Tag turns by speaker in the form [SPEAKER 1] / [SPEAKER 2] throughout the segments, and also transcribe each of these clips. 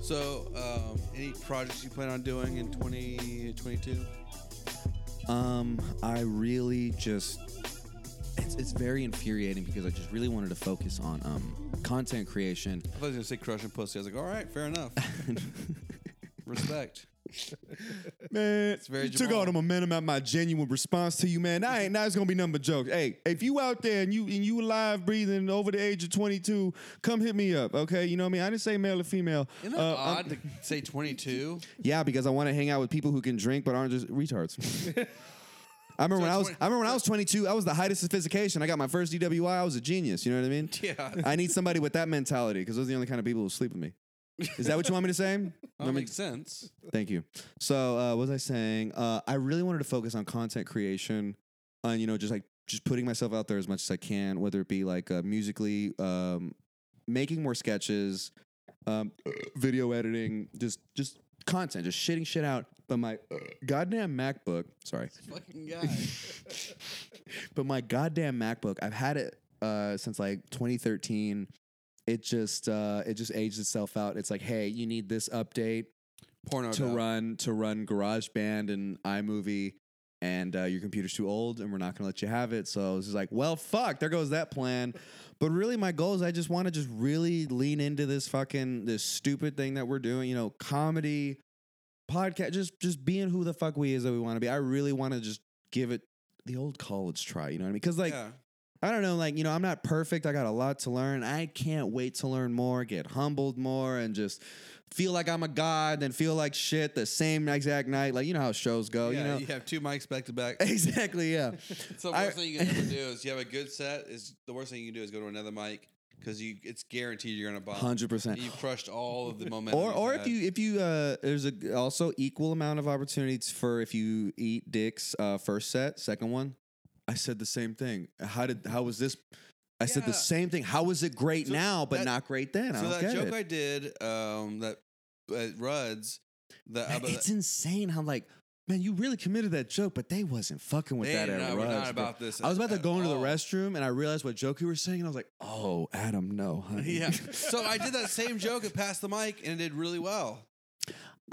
[SPEAKER 1] So, um, any projects you plan on doing in 2022?
[SPEAKER 2] Um, I really just it's, it's very infuriating because I just really wanted to focus on um, content creation.
[SPEAKER 1] I thought I was gonna say crushing pussy. I was like, all right, fair enough. Respect.
[SPEAKER 3] Man,
[SPEAKER 1] very
[SPEAKER 3] you took
[SPEAKER 1] Jamal.
[SPEAKER 3] all the momentum out my genuine response to you, man. I ain't now it's gonna be nothing but jokes. Hey, if you out there and you and you alive, breathing, over the age of twenty two, come hit me up, okay? You know what I mean? I didn't say male or female.
[SPEAKER 1] Isn't that
[SPEAKER 3] Uh, I'm-
[SPEAKER 1] odd to say 22?
[SPEAKER 3] yeah, because I want to hang out with people who can drink but aren't just retards. I remember when I was
[SPEAKER 1] twenty-
[SPEAKER 3] I remember when I was 22, I was the height of sophistication. I got my first DWI. I was a genius, you know what I mean?
[SPEAKER 1] Yeah.
[SPEAKER 3] I need somebody with that mentality because those are the only kind of people who sleep with me. Is that what you want me to say?
[SPEAKER 1] That makes sense.
[SPEAKER 3] Thank you. So, uh, what was I saying? Uh, I really wanted to focus on content creation, on you know, just like just putting myself out there as much as I can, whether it be like uh, musically, um, making more sketches, um, video editing, just just content, just shitting shit out. But my goddamn MacBook, sorry,
[SPEAKER 1] Fucking guy.
[SPEAKER 3] but my goddamn MacBook, I've had it uh, since like 2013. It just uh, it just aged itself out. It's like, hey, you need this update
[SPEAKER 1] Porno.
[SPEAKER 3] to
[SPEAKER 1] guy.
[SPEAKER 3] run to run GarageBand and iMovie, and uh, your computer's too old, and we're not going to let you have it. So it's just like, well, fuck, there goes that plan. But really, my goal is I just want to just really lean into this fucking this stupid thing that we're doing. You know, comedy, podcast, just just being who the fuck we is that we want to be. I really want to just give it the old college try. You know what I mean? Because like.
[SPEAKER 1] yeah.
[SPEAKER 3] I don't know, like, you know, I'm not perfect. I got a lot to learn. I can't wait to learn more, get humbled more, and just feel like I'm a god, then feel like shit the same exact night. Like, you know how shows go,
[SPEAKER 1] yeah,
[SPEAKER 3] oh, you know?
[SPEAKER 1] have two mics back to back.
[SPEAKER 3] Exactly, yeah.
[SPEAKER 1] So the
[SPEAKER 3] I-
[SPEAKER 1] worst thing you can ever do is you have a good set. Is the worst thing you can do is go to another mic because you it's guaranteed you're gonna bomb.
[SPEAKER 3] 100%.
[SPEAKER 1] You've crushed all of the momentum.
[SPEAKER 3] Or,
[SPEAKER 1] you've
[SPEAKER 3] or if
[SPEAKER 1] had.
[SPEAKER 3] you if you uh, there's a also equal amount of opportunities for if you eat dicks uh, first set second one. I said the same thing. How did how was this? I said
[SPEAKER 1] Yeah.
[SPEAKER 3] the same thing. How was it great
[SPEAKER 1] So
[SPEAKER 3] now, but
[SPEAKER 1] that-
[SPEAKER 3] not great then? I
[SPEAKER 1] so
[SPEAKER 3] don't
[SPEAKER 1] that
[SPEAKER 3] get
[SPEAKER 1] joke
[SPEAKER 3] it.
[SPEAKER 1] I did um, that at Rudd's, the
[SPEAKER 3] Man,
[SPEAKER 1] about
[SPEAKER 3] it's insane how like man, you really committed that joke, but they wasn't fucking with
[SPEAKER 1] They-
[SPEAKER 3] that at
[SPEAKER 1] no, we're
[SPEAKER 3] Rudd's,
[SPEAKER 1] not
[SPEAKER 3] bro.
[SPEAKER 1] about this
[SPEAKER 3] I was
[SPEAKER 1] at-
[SPEAKER 3] about to
[SPEAKER 1] at
[SPEAKER 3] go into
[SPEAKER 1] all.
[SPEAKER 3] the restroom and I realized what joke you were saying, and I was like, "Oh, Adam, no, honey."
[SPEAKER 1] yeah. So I did that same joke at Pass the Mic and it did really well.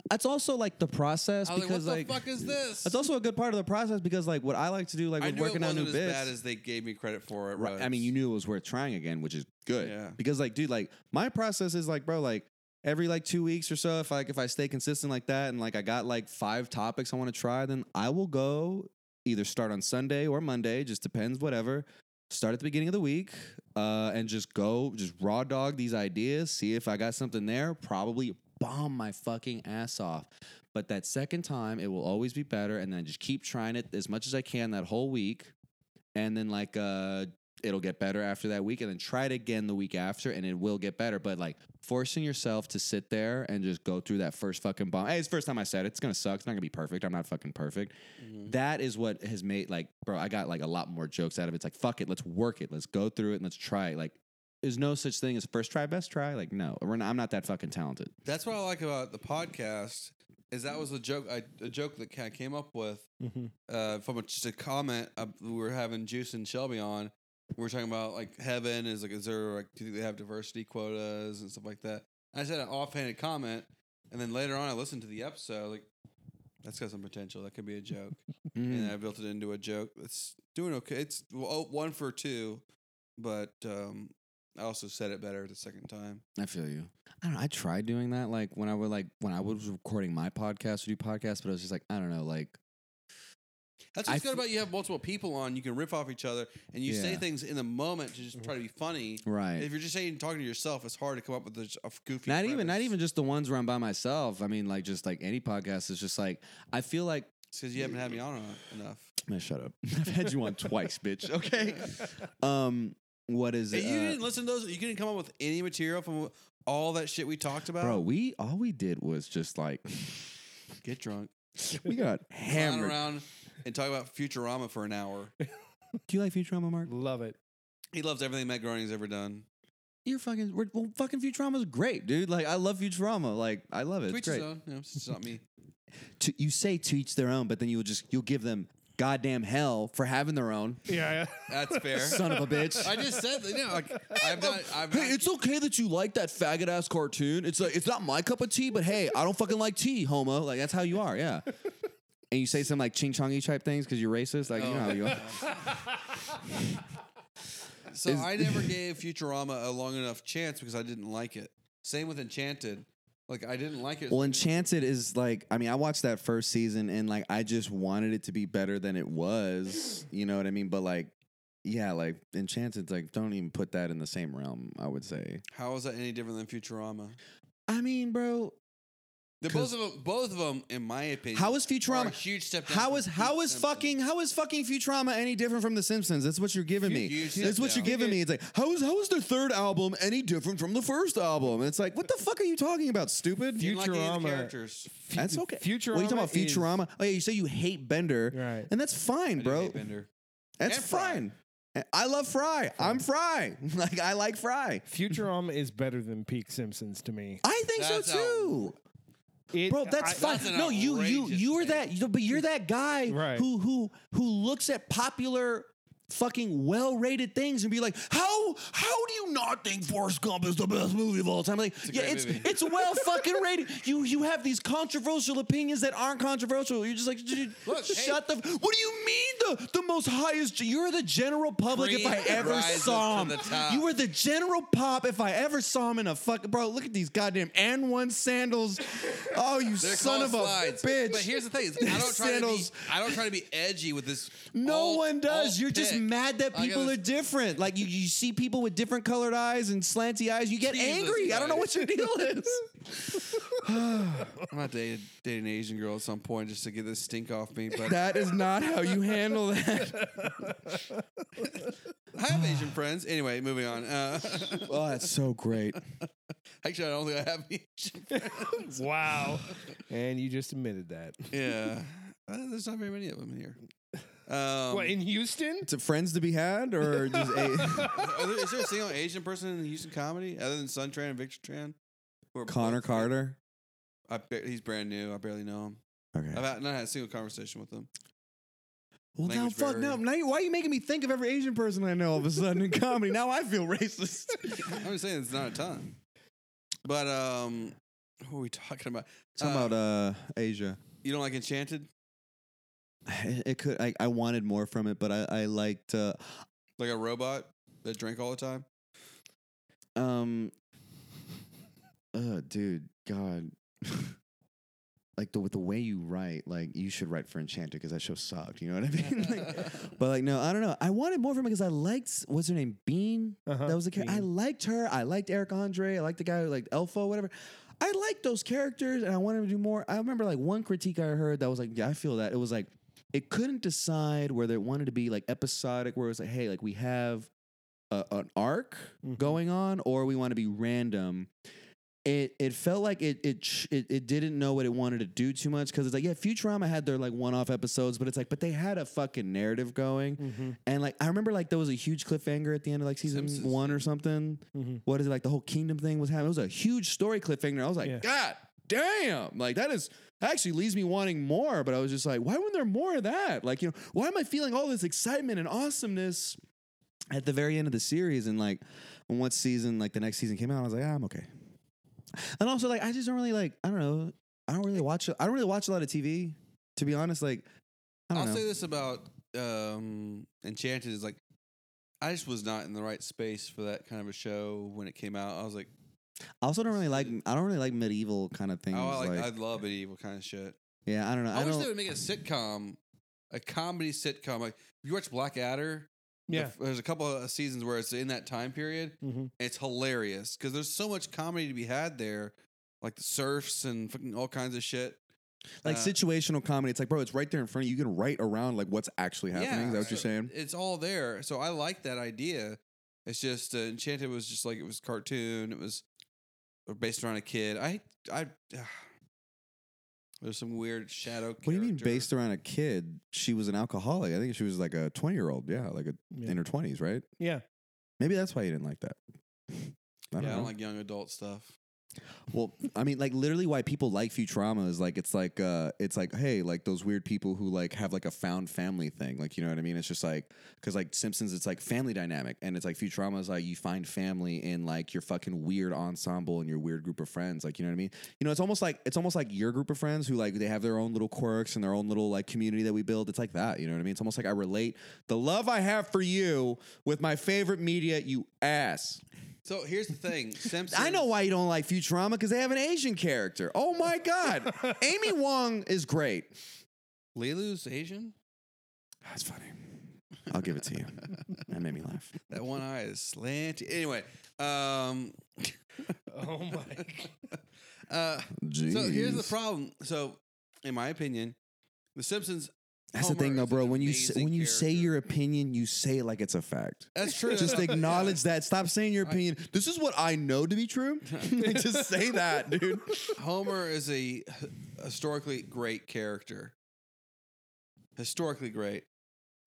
[SPEAKER 3] that's also like the process
[SPEAKER 1] I was like, what
[SPEAKER 3] because
[SPEAKER 1] the
[SPEAKER 3] like
[SPEAKER 1] fuck is this?
[SPEAKER 3] that's also a good part of the process because like what I like to do, like
[SPEAKER 1] I
[SPEAKER 3] with
[SPEAKER 1] knew it
[SPEAKER 3] working on
[SPEAKER 1] wasn't
[SPEAKER 3] new
[SPEAKER 1] as
[SPEAKER 3] bits.
[SPEAKER 1] bad as they gave me credit for. At
[SPEAKER 3] Right. I
[SPEAKER 1] Rudd's.
[SPEAKER 3] mean, you knew it was worth trying again, which is good.
[SPEAKER 1] Yeah.
[SPEAKER 3] Because like, dude, like my process is like, bro, like every like two weeks or so, if like if I stay consistent like that and like I got like five topics I want to try, then I will go either start on Sunday or Monday, just depends, whatever. Start at the beginning of the week, uh, and just go, just raw dog these ideas, see if I got something there, probably bomb my fucking ass off. But that second time, it will always be better. And then just keep trying it as much as I can that whole week. And then, like, uh, it'll get better after that week. And then try it again the week after, and it will get better. But, like, forcing yourself to sit there and just go through that first fucking bomb. Hey, it's the first time I said it. It's going to suck. It's not going to be perfect. I'm not fucking perfect.
[SPEAKER 1] Mhm.
[SPEAKER 3] That is what has made, like, bro, I got, like, a lot more jokes out of it. It's like, fuck it. Let's work it. Let's go through it and let's try it. Like, there's no such thing as first try, best try. Like, no, we're not, I'm not that fucking talented.
[SPEAKER 1] That's what I like about the podcast is that was a joke I, a joke that I came up with uh, from a, just a comment uh, we were having Juice and Shelby on. We were talking about like heaven is like is there like do they have diversity quotas and stuff like that. I said an offhanded comment, and then later on I listened to the episode like that's got some potential. That could be a joke,
[SPEAKER 3] Mhm.
[SPEAKER 1] and I built it into a joke. It's doing okay. It's well, oh, one for two, but um, I also said it better the second time.
[SPEAKER 3] I feel you. I don't know. I tried doing that like when I would like when I was recording my podcast or do podcasts, but I was just like, I don't know, like
[SPEAKER 1] That's
[SPEAKER 3] I
[SPEAKER 1] what's good
[SPEAKER 3] f-
[SPEAKER 1] about you have multiple people on. You can riff off each other, and you say
[SPEAKER 3] Yeah.
[SPEAKER 1] things in the moment to just try to be funny.
[SPEAKER 3] right.
[SPEAKER 1] If you're just saying talking to yourself, it's hard to come up with a, a goofy.
[SPEAKER 3] not even not
[SPEAKER 1] premise.
[SPEAKER 3] even just the ones where I'm by myself. I mean like just like any podcast is just like I feel like
[SPEAKER 1] because you haven't had me on en- enough.
[SPEAKER 3] man, shut up. I've had you on twice, bitch. Okay. Um what is
[SPEAKER 1] Hey,
[SPEAKER 3] it?
[SPEAKER 1] you
[SPEAKER 3] uh,
[SPEAKER 1] didn't listen to those. You didn't come up with any material from all that shit we talked about.
[SPEAKER 3] bro, we all we did was just like
[SPEAKER 1] get drunk,
[SPEAKER 3] we got
[SPEAKER 1] clown
[SPEAKER 3] hammered.
[SPEAKER 1] around, and talk about Futurama for an hour.
[SPEAKER 3] Do you like Futurama, Mark?
[SPEAKER 4] Love it.
[SPEAKER 1] He loves everything Matt Groening's ever done.
[SPEAKER 3] You're fucking we're, well, fucking Futurama's great, dude. Like I love Futurama. Like I love it. It's
[SPEAKER 1] Tweets
[SPEAKER 3] great.
[SPEAKER 1] his own. You know, it's not me.
[SPEAKER 3] to, you say to each their own, but then you'll just you'll give them goddamn hell for having their own.
[SPEAKER 4] Yeah,
[SPEAKER 1] That's fair.
[SPEAKER 3] Son of a bitch.
[SPEAKER 1] I just said, you know, like, I've not. I've
[SPEAKER 3] Hey, it's okay that you like that faggot ass cartoon. It's like it's not my cup of tea, but hey, I don't fucking like tea, homo. Like that's how you are, yeah. And you say some like ching chongy type things because you're racist, like you know how you are.
[SPEAKER 1] So I never gave Futurama a long enough chance because I didn't like it. Same with Enchanted. Like I didn't like it.
[SPEAKER 3] Well, Enchanted is like I mean, I watched that first season and like I just wanted it to be better than it was. You know what I mean? But like, yeah, like Enchanted's like don't even put that in the same realm. I would say.
[SPEAKER 1] How is that any different than Futurama?
[SPEAKER 3] I mean, bro,
[SPEAKER 1] The both of them, both of them, in my opinion,
[SPEAKER 3] how is
[SPEAKER 1] are
[SPEAKER 3] Futurama?
[SPEAKER 1] a huge step. down
[SPEAKER 3] How
[SPEAKER 1] from
[SPEAKER 3] is how
[SPEAKER 1] Pete
[SPEAKER 3] is
[SPEAKER 1] Simpson.
[SPEAKER 3] fucking how is fucking Futurama any different from The Simpsons? That's what you're giving me.
[SPEAKER 1] Huge
[SPEAKER 3] That's
[SPEAKER 1] step
[SPEAKER 3] what you're
[SPEAKER 1] down.
[SPEAKER 3] giving me. It's like how is how is their third album any different from the first album? And it's like what the fuck are you talking about, stupid?
[SPEAKER 1] Didn't like any of the
[SPEAKER 4] Futurama.
[SPEAKER 1] characters.
[SPEAKER 3] That's okay.
[SPEAKER 4] Futurama.
[SPEAKER 3] What are you talking about?
[SPEAKER 4] is-
[SPEAKER 3] Futurama? Oh yeah, you say you hate Bender,
[SPEAKER 4] Right.
[SPEAKER 3] and that's fine,
[SPEAKER 1] I
[SPEAKER 3] bro.
[SPEAKER 1] didn't hate Bender.
[SPEAKER 3] That's
[SPEAKER 1] And Fry.
[SPEAKER 3] fine. I love Fry. I'm Fry. Like I like Fry.
[SPEAKER 4] Futurama is better than Peak Simpsons to me.
[SPEAKER 3] I think
[SPEAKER 1] That's
[SPEAKER 3] so too.
[SPEAKER 4] It-
[SPEAKER 3] Bro, that's
[SPEAKER 4] I-
[SPEAKER 3] fine.
[SPEAKER 1] That's an
[SPEAKER 3] no, you you
[SPEAKER 1] outrageous
[SPEAKER 3] you are that,
[SPEAKER 1] statement.
[SPEAKER 3] you- but you're that guy
[SPEAKER 4] Right.
[SPEAKER 3] who who who looks at popular fucking well-rated things and be like, how how do you not think Forrest Gump is the best movie of all time? Like, yeah,
[SPEAKER 1] great
[SPEAKER 3] it's
[SPEAKER 1] movie.
[SPEAKER 3] it's well fucking rated. You you have these controversial opinions that aren't controversial. You're just like, dude,
[SPEAKER 1] Look, hey-
[SPEAKER 3] shut the. What do you mean the the most highest? You're the general public. if I
[SPEAKER 1] Cream
[SPEAKER 3] ever
[SPEAKER 1] rises
[SPEAKER 3] saw
[SPEAKER 1] to
[SPEAKER 3] him,
[SPEAKER 1] the top.
[SPEAKER 3] you were the general pop. If I ever saw him in a fuck, bro, look at these goddamn and one sandals. Oh, you
[SPEAKER 1] They're
[SPEAKER 3] son
[SPEAKER 1] called
[SPEAKER 3] of a
[SPEAKER 1] slides.
[SPEAKER 3] bitch!
[SPEAKER 1] But here's the thing: is I don't try
[SPEAKER 3] Sandals.
[SPEAKER 1] to be. I don't try to be edgy with this.
[SPEAKER 3] no
[SPEAKER 1] alt-
[SPEAKER 3] one does.
[SPEAKER 1] alt
[SPEAKER 3] You're just
[SPEAKER 1] pick.
[SPEAKER 3] mad that
[SPEAKER 1] I
[SPEAKER 3] people
[SPEAKER 1] gotta-
[SPEAKER 3] are different. Like you, you see people with different colored eyes and slanty eyes. You get
[SPEAKER 1] Jesus
[SPEAKER 3] angry. I don't know what
[SPEAKER 1] Christ.
[SPEAKER 3] your deal is.
[SPEAKER 1] I'm not dating, dating an Asian girl at some point just to get this stink off me. But
[SPEAKER 3] that is not how you handle that.
[SPEAKER 1] I have Asian friends. Anyway, moving on. Uh,
[SPEAKER 3] oh, that's so great.
[SPEAKER 1] actually, I don't think I have Asian friends.
[SPEAKER 4] Wow. and you just admitted that.
[SPEAKER 1] yeah, uh, there's not very many of them here. Um,
[SPEAKER 4] what in Houston?
[SPEAKER 3] To friends to be had, or just a-
[SPEAKER 1] are there, is there a single Asian person in Houston comedy other than Sun Tran and Victor Tran? Who are
[SPEAKER 3] Connor
[SPEAKER 1] both-
[SPEAKER 3] Carter?
[SPEAKER 1] I ba- he's brand new. I barely know him.
[SPEAKER 3] Okay.
[SPEAKER 1] I've had- not had a single conversation with him.
[SPEAKER 3] Well, now
[SPEAKER 1] Language
[SPEAKER 3] fuck. Now,
[SPEAKER 1] barrier.
[SPEAKER 3] now, you- why are you making me think of every Asian person I know all of a sudden in comedy? Now I feel racist.
[SPEAKER 1] I'm just saying it's not a ton. But um, what were we talking about?
[SPEAKER 3] Talking
[SPEAKER 1] Uh,
[SPEAKER 3] about uh, Asia.
[SPEAKER 1] You don't like Enchanted?
[SPEAKER 3] It it could. I, I wanted more from it, but I, I liked. Uh,
[SPEAKER 1] Like a robot that drank all the time?
[SPEAKER 3] um. Uh, dude, God. like the with the way you write, like you should write for Enchanted because that show sucked. You know what I mean? Like, but like, no, I don't know. I wanted more from it because I liked. What's her name? Bean.
[SPEAKER 4] Uh-huh.
[SPEAKER 3] That was the character. I
[SPEAKER 4] Bean.
[SPEAKER 3] liked her. I liked Eric Andre. I liked the guy who liked Elfo, whatever. I liked those characters and I wanted to do more. I remember like one critique I heard that was like, yeah, I feel that. It was like, it couldn't decide whether it wanted to be like episodic, where it was like, hey, like we have a, an arc
[SPEAKER 4] Mhm.
[SPEAKER 3] going on, or we want to be random. It it felt like it it ch- it, it didn't know what it wanted to do too much because it's like yeah, Futurama had their like one off episodes, but it's like but they had a fucking narrative going.
[SPEAKER 4] Mhm.
[SPEAKER 3] And like I remember like there was a huge cliffhanger at the end of like season
[SPEAKER 1] Simpsons.
[SPEAKER 3] one or something.
[SPEAKER 4] Mhm.
[SPEAKER 3] What is it like the whole kingdom thing was happening? It was a huge story cliffhanger. I was like,
[SPEAKER 4] Yeah.
[SPEAKER 3] God damn. Like that is that actually leaves me wanting more. But I was just like, why wasn't there more of that? Like, you know, why am I feeling all this excitement and awesomeness at the very end of the series? And like when one season, like the next season came out, I was like, ah, I'm okay. And also like I just don't really like, I don't know. I don't really watch I don't really watch a lot of TV, to be honest. Like I don't
[SPEAKER 1] I'll
[SPEAKER 3] know.
[SPEAKER 1] say this about um, Enchanted is like, I just was not in the right space for that kind of a show when it came out. I was like,
[SPEAKER 3] I also don't really like I don't really like medieval kind of
[SPEAKER 1] oh,
[SPEAKER 3] things.
[SPEAKER 1] I like,
[SPEAKER 3] like,
[SPEAKER 1] I'd love medieval kind of shit.
[SPEAKER 3] yeah, I don't know.
[SPEAKER 1] I,
[SPEAKER 3] I,
[SPEAKER 1] wish
[SPEAKER 3] don't.
[SPEAKER 1] they would make a sitcom, a comedy sitcom. Like if you watch Blackadder, the
[SPEAKER 4] Yeah.
[SPEAKER 1] f- there's a couple of seasons where it's in that time period.
[SPEAKER 4] Mhm.
[SPEAKER 1] It's hilarious because there's so much comedy to be had there, like the surfs and fucking all kinds of shit.
[SPEAKER 3] like
[SPEAKER 1] uh,
[SPEAKER 3] situational comedy. It's like, bro, it's right there in front of you. You can write around like what's actually happening. Is that what you're
[SPEAKER 1] so
[SPEAKER 3] saying?
[SPEAKER 1] It's all there. So I like that idea. It's just uh, Enchanted was just like it was cartoon. It was based around a kid. I I. there's some weird shadow.
[SPEAKER 3] What do you mean based around a kid? She was an alcoholic. I think she was like a 20 year old. Yeah, like a,
[SPEAKER 4] Yeah.
[SPEAKER 3] in her 20s, right?
[SPEAKER 4] Yeah.
[SPEAKER 3] Maybe that's why you didn't like that. I don't
[SPEAKER 1] yeah, I
[SPEAKER 3] know.
[SPEAKER 1] don't like young adult stuff.
[SPEAKER 3] Well, I mean, like literally, why people like Futurama is like it's like uh, it's like hey, like those weird people who like have like a found family thing, like you know what I mean? It's just like because like Simpsons, it's like family dynamic, and it's like Futurama is like you find family in like your fucking weird ensemble and your weird group of friends, like you know what I mean? You know, it's almost like it's almost like your group of friends who like they have their own little quirks and their own little like community that we build. It's like that, you know what I mean? It's almost like I relate the love I have for you with my favorite media, you ass.
[SPEAKER 1] So here's the thing, Simpsons.
[SPEAKER 3] I know why you don't like Futurama because they have an Asian character. Oh my God. Amy Wong is great.
[SPEAKER 1] Lelou's Asian.
[SPEAKER 3] That's funny. I'll give it to you. That made me laugh.
[SPEAKER 1] That one eye is slanty. Anyway, um,
[SPEAKER 4] Oh my!
[SPEAKER 1] uh, so here's the problem. So, in my opinion, The Simpsons.
[SPEAKER 3] That's the
[SPEAKER 1] Homer
[SPEAKER 3] thing, though,
[SPEAKER 1] is
[SPEAKER 3] bro.
[SPEAKER 1] an
[SPEAKER 3] When you say,
[SPEAKER 1] amazing
[SPEAKER 3] when you say
[SPEAKER 1] character.
[SPEAKER 3] your opinion, you say it like it's a fact.
[SPEAKER 1] that's true.
[SPEAKER 3] Just acknowledge that. Stop saying your opinion. This is what I know to be true. Just say that, dude.
[SPEAKER 1] Homer is a historically great character. Historically great.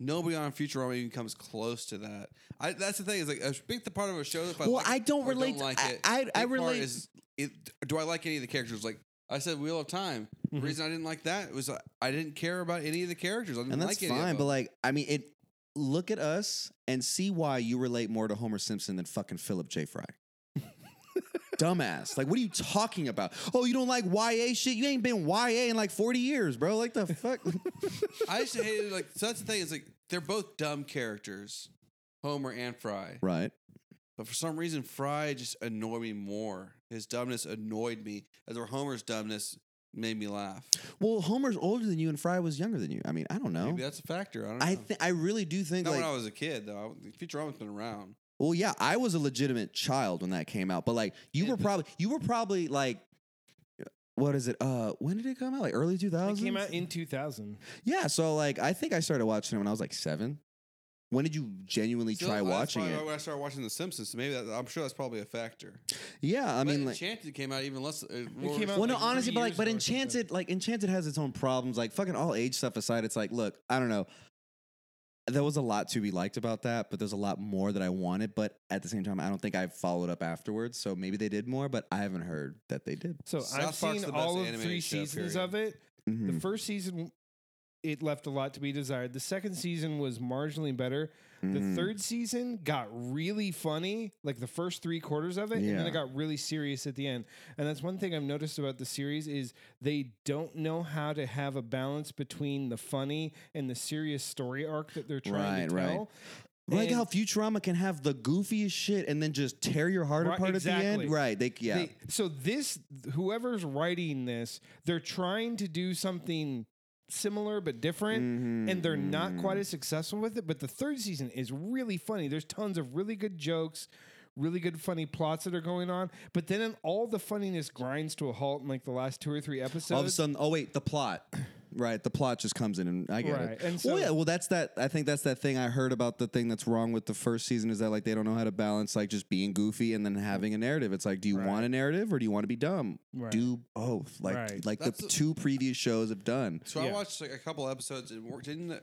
[SPEAKER 1] Nobody on Futurama even comes close to that. I, that's the thing. Is like a big part of a show. If I
[SPEAKER 3] Well,
[SPEAKER 1] like it
[SPEAKER 3] I don't
[SPEAKER 1] or
[SPEAKER 3] relate-
[SPEAKER 1] like
[SPEAKER 3] I-
[SPEAKER 1] it.
[SPEAKER 3] I-
[SPEAKER 1] big
[SPEAKER 3] I
[SPEAKER 1] part
[SPEAKER 3] relate-
[SPEAKER 1] Is, it, do I like any of the characters? Like I said, Wheel of Time.
[SPEAKER 3] Mm-hmm.
[SPEAKER 1] The reason I didn't like that was uh, I didn't care about any of the characters. Mm, I didn't
[SPEAKER 3] And that's
[SPEAKER 1] like any
[SPEAKER 3] fine,
[SPEAKER 1] of
[SPEAKER 3] but
[SPEAKER 1] them.
[SPEAKER 3] like, I mean, it. Look at us and see why you relate more to Homer Simpson than fucking Philip J. Fry. Dumbass. Like, what are you talking about? Oh, you don't like YA shit? You ain't been YA in like 40 years, bro. Like, the fuck?
[SPEAKER 1] I used to hate it. Like so that's the thing. Is like they're both dumb characters, Homer and Fry.
[SPEAKER 3] right.
[SPEAKER 1] But for some reason, Fry just annoyed me more. His dumbness annoyed me, as where Homer's dumbness made me laugh.
[SPEAKER 3] Well, Homer's older than you and Fry was younger than you. I mean, I don't know.
[SPEAKER 1] Maybe that's a factor. I don't know.
[SPEAKER 3] Oh. I, th- I really do think,
[SPEAKER 1] Not
[SPEAKER 3] like,
[SPEAKER 1] when I was a kid, though. I, don't- Futurama's been around.
[SPEAKER 3] Well, yeah, I was a legitimate child when that came out, but like you
[SPEAKER 1] Yeah,
[SPEAKER 3] were
[SPEAKER 1] but-
[SPEAKER 3] probably you were probably like what is it? Uh when did it come out? Like early 2000s?
[SPEAKER 4] It came out in 2000.
[SPEAKER 3] Yeah, so like I think I started watching it when I was like 7. When did you genuinely
[SPEAKER 1] So
[SPEAKER 3] try
[SPEAKER 1] that's
[SPEAKER 3] watching
[SPEAKER 1] probably
[SPEAKER 3] it?
[SPEAKER 1] When I started watching The Simpsons, so maybe that, I'm sure that's probably a factor.
[SPEAKER 3] Yeah, I
[SPEAKER 1] But
[SPEAKER 3] mean like
[SPEAKER 1] Enchanted came out even less. uh, more-
[SPEAKER 4] came out
[SPEAKER 3] well,
[SPEAKER 4] like
[SPEAKER 3] no,
[SPEAKER 4] three
[SPEAKER 3] honestly, but like,
[SPEAKER 4] years
[SPEAKER 3] but
[SPEAKER 4] ago or something.
[SPEAKER 3] Enchanted, like Enchanted, has its own problems. Like fucking all age stuff aside, it's like, look, I don't know. There was a lot to be liked about that, but there's a lot more that I wanted. But at the same time, I don't think I followed up afterwards. So maybe they did more, but I haven't heard that they did.
[SPEAKER 4] So
[SPEAKER 1] South
[SPEAKER 4] I've
[SPEAKER 1] Park's
[SPEAKER 4] seen
[SPEAKER 1] the best
[SPEAKER 4] all of
[SPEAKER 1] animated
[SPEAKER 4] three
[SPEAKER 1] show,
[SPEAKER 4] seasons
[SPEAKER 1] period.
[SPEAKER 4] of it.
[SPEAKER 3] Mhm.
[SPEAKER 4] The first season, it left a lot to be desired. The second season was marginally better. The
[SPEAKER 3] Mhm.
[SPEAKER 4] third season got really funny, like the first three quarters of it, and then
[SPEAKER 3] Yeah.
[SPEAKER 4] it got really serious at the end. And that's one thing I've noticed about the series is they don't know how to have a balance between the funny and the serious story arc that they're trying to
[SPEAKER 3] Right, right.
[SPEAKER 4] tell.
[SPEAKER 3] Like
[SPEAKER 4] And-
[SPEAKER 3] how Futurama can have the goofiest shit and then just tear your heart
[SPEAKER 4] Right,
[SPEAKER 3] apart at the
[SPEAKER 4] exactly.
[SPEAKER 3] end. Right. They yeah.
[SPEAKER 4] They- so this, whoever's writing this, they're trying to do something similar but different, and they're not
[SPEAKER 3] Mm-hmm.
[SPEAKER 4] quite as successful with it. But the third season is really funny. There's tons of really good jokes, really good funny plots that are going on. But then all the funniness grinds to a halt in like the last two or three episodes.
[SPEAKER 3] all of a sudden, oh wait, the plot. Right, the plot just comes in, and I get
[SPEAKER 4] Right,
[SPEAKER 3] it.
[SPEAKER 4] and
[SPEAKER 3] well,
[SPEAKER 4] so-
[SPEAKER 3] yeah, well, that's that. I think that's that thing I heard about the thing that's wrong with the first season is that like they don't know how to balance like just being goofy and then having a narrative. It's like, do you want a narrative or do you want to be dumb?
[SPEAKER 4] Right.
[SPEAKER 3] Do both, like
[SPEAKER 4] Right.
[SPEAKER 3] like
[SPEAKER 1] That's
[SPEAKER 3] the
[SPEAKER 1] a-
[SPEAKER 3] two previous shows have done.
[SPEAKER 1] So I
[SPEAKER 4] Yeah.
[SPEAKER 1] watched like a couple episodes and worked in. The,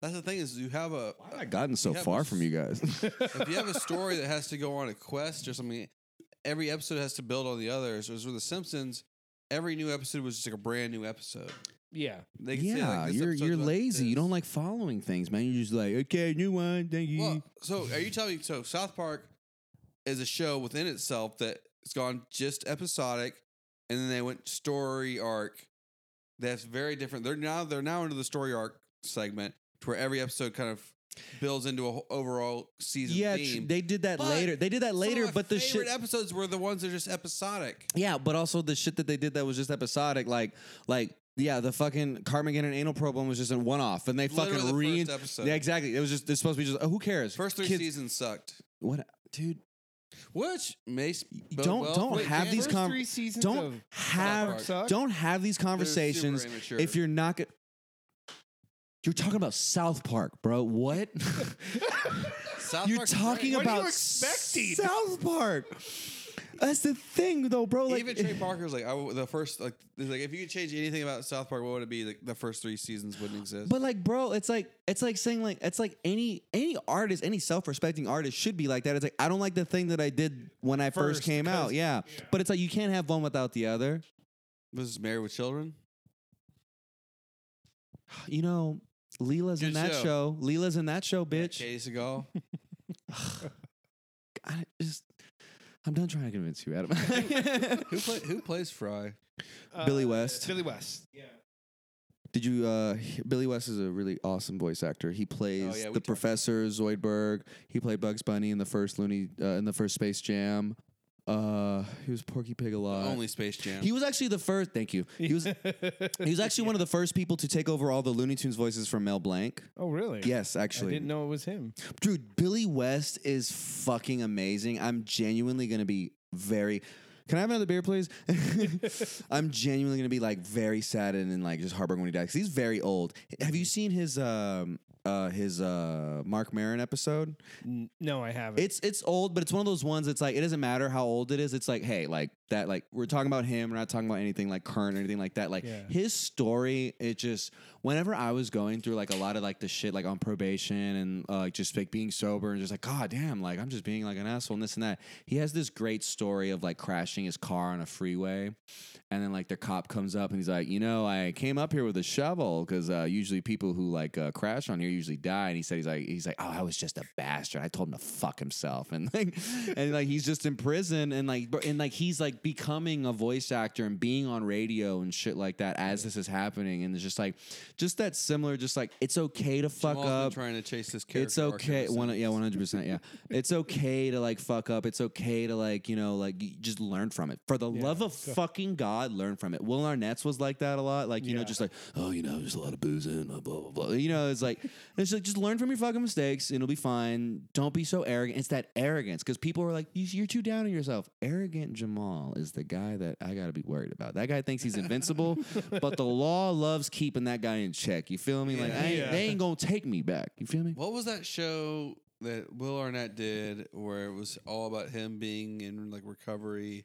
[SPEAKER 1] that's the thing is you have a
[SPEAKER 3] Why have I gotten so
[SPEAKER 1] Yeah, but
[SPEAKER 3] far
[SPEAKER 1] s-
[SPEAKER 3] from you guys?
[SPEAKER 1] if you have a story that has to go on a quest or something, every episode has to build on the others. Whereas with The Simpsons, every new episode was just like a brand new episode.
[SPEAKER 4] yeah.
[SPEAKER 1] They could say,
[SPEAKER 3] yeah,
[SPEAKER 1] like, this
[SPEAKER 3] you're
[SPEAKER 1] episode's
[SPEAKER 3] you're
[SPEAKER 1] about
[SPEAKER 3] lazy. You
[SPEAKER 1] this.
[SPEAKER 3] don't like following things, man. You're just like, okay, new one, thank you.
[SPEAKER 1] Well, so are you telling me? So South Park is a show within itself that it's gone just episodic, and then they went story arc. That's very different. They're now they're now into the story arc segment, to where every episode kind of builds into a whole overall season
[SPEAKER 3] yeah, tr-
[SPEAKER 1] theme.
[SPEAKER 3] they did that
[SPEAKER 1] But
[SPEAKER 3] later. They did that later,
[SPEAKER 1] Some of my
[SPEAKER 3] but the
[SPEAKER 1] favorite
[SPEAKER 3] shit.
[SPEAKER 1] episodes were the ones that are just episodic.
[SPEAKER 3] yeah, but also the shit that they did that was just episodic, like like yeah, the fucking Carmageddon and anal problem was just a one off, and they
[SPEAKER 1] Literally
[SPEAKER 3] fucking
[SPEAKER 1] the
[SPEAKER 3] re.
[SPEAKER 1] first episode.
[SPEAKER 3] Yeah, exactly. It was just it's supposed to be just oh, who cares?
[SPEAKER 1] First three
[SPEAKER 3] Kids-
[SPEAKER 1] seasons sucked.
[SPEAKER 3] What, dude?
[SPEAKER 1] Which Mace
[SPEAKER 3] don't- don't have these
[SPEAKER 4] First
[SPEAKER 3] con-
[SPEAKER 4] three seasons
[SPEAKER 3] Don't
[SPEAKER 4] of
[SPEAKER 3] have
[SPEAKER 1] Park
[SPEAKER 4] sucked.
[SPEAKER 3] don't have these conversations
[SPEAKER 1] immature.
[SPEAKER 3] if you're not. Go- you're talking about South Park, bro. What?
[SPEAKER 1] South
[SPEAKER 3] You're
[SPEAKER 1] Park's
[SPEAKER 3] talking
[SPEAKER 1] great.
[SPEAKER 3] about
[SPEAKER 4] expecting?
[SPEAKER 3] South Park. That's the thing, though, bro. Like,
[SPEAKER 1] Even Trey Parker's like, I w the first like, he's like, if you could change anything about South Park, what would it be? Like, the first three seasons wouldn't exist.
[SPEAKER 3] But like, bro, it's like it's like saying like it's like any any artist, any self-respecting artist should be like that. It's like I don't like the thing that I did when I first,
[SPEAKER 4] First,
[SPEAKER 3] came out.
[SPEAKER 4] 'cause-
[SPEAKER 3] Yeah. but it's like you can't have one without the other.
[SPEAKER 1] this is Married with Children.
[SPEAKER 3] You know, Leela's in
[SPEAKER 1] Good
[SPEAKER 3] that
[SPEAKER 1] show.
[SPEAKER 3] show. Leela's in that show, bitch.
[SPEAKER 1] Katie Seagal.
[SPEAKER 3] I just, I'm done trying to convince you, Adam.
[SPEAKER 1] who play, Who plays Fry?
[SPEAKER 3] Billy West.
[SPEAKER 4] uh, Billy West. Yeah.
[SPEAKER 3] Did you? uh Billy West is a really awesome voice actor. He plays
[SPEAKER 1] we
[SPEAKER 3] the
[SPEAKER 1] talked-
[SPEAKER 3] Professor Zoidberg. He played Bugs Bunny in the first Looney uh, in the first Space Jam. Uh, he was Porky Pig a lot.
[SPEAKER 1] Only Space Jam.
[SPEAKER 3] Uh, He was actually the first. Thank you. He was. He was actually one of the first people to take over all the Looney Tunes voices from Mel Blanc.
[SPEAKER 4] oh, really?
[SPEAKER 3] Yes,
[SPEAKER 4] I
[SPEAKER 3] actually.
[SPEAKER 4] didn't know it was him.
[SPEAKER 3] Dude, Billy West is fucking amazing. I'm genuinely gonna be very. Can I have another beer, please? I'm genuinely gonna be like very saddened and like just heartbroken when he dies. 'cause He's very old. Have you seen his um uh his uh Mark Maron episode?
[SPEAKER 4] N- No, I haven't.
[SPEAKER 3] It's it's old, but it's one of those ones. It's like it doesn't matter how old it is. It's like hey, like that. Like we're talking about him. We're not talking about anything like current or anything like that. Like
[SPEAKER 4] Yeah.
[SPEAKER 3] his story. It just whenever I was going through like a lot of like the shit like on probation and uh, like just like being sober and just like god damn, like I'm just being like an asshole and this and that. He has this great story of like crashing his car on a freeway, and then like the cop comes up and he's like, you know, I came up here with a shovel because uh, usually people who like uh, crash on here usually die. And he said he's like he's like, oh, I was just a bastard. I told him to fuck himself, and like and like he's just in prison and like br- and like he's like becoming a voice actor and being on radio and shit like that as this is happening. And it's just like just that similar, just like it's okay to fuck
[SPEAKER 1] Jamal's been
[SPEAKER 3] up.
[SPEAKER 1] Trying to chase this character.
[SPEAKER 3] It's
[SPEAKER 1] arc
[SPEAKER 3] okay.
[SPEAKER 1] ever
[SPEAKER 3] One,
[SPEAKER 1] since.
[SPEAKER 3] yeah, one hundred percent. Yeah, it's okay to like fuck up. It's okay to like you know like y- just learn from it. For the love of fucking God, learn from it. Will Arnett's was like that a lot. Like you know,
[SPEAKER 4] Yeah.
[SPEAKER 3] just like oh, you know, there's a lot of booze in blah blah blah. blah. You know, it's like it's like just learn from your fucking mistakes. It'll be fine. Don't be so arrogant. It's that arrogance because people are like "You- you're too down on yourself. Arrogant Jamal is the guy that I gotta be worried about. That guy thinks he's invincible, but the law loves keeping that guy in check. You feel me? Like I ain't,
[SPEAKER 4] Yeah.
[SPEAKER 3] they ain't gonna take me back. You feel me?
[SPEAKER 1] What was that show that Will Arnett did where it was all about him being in like recovery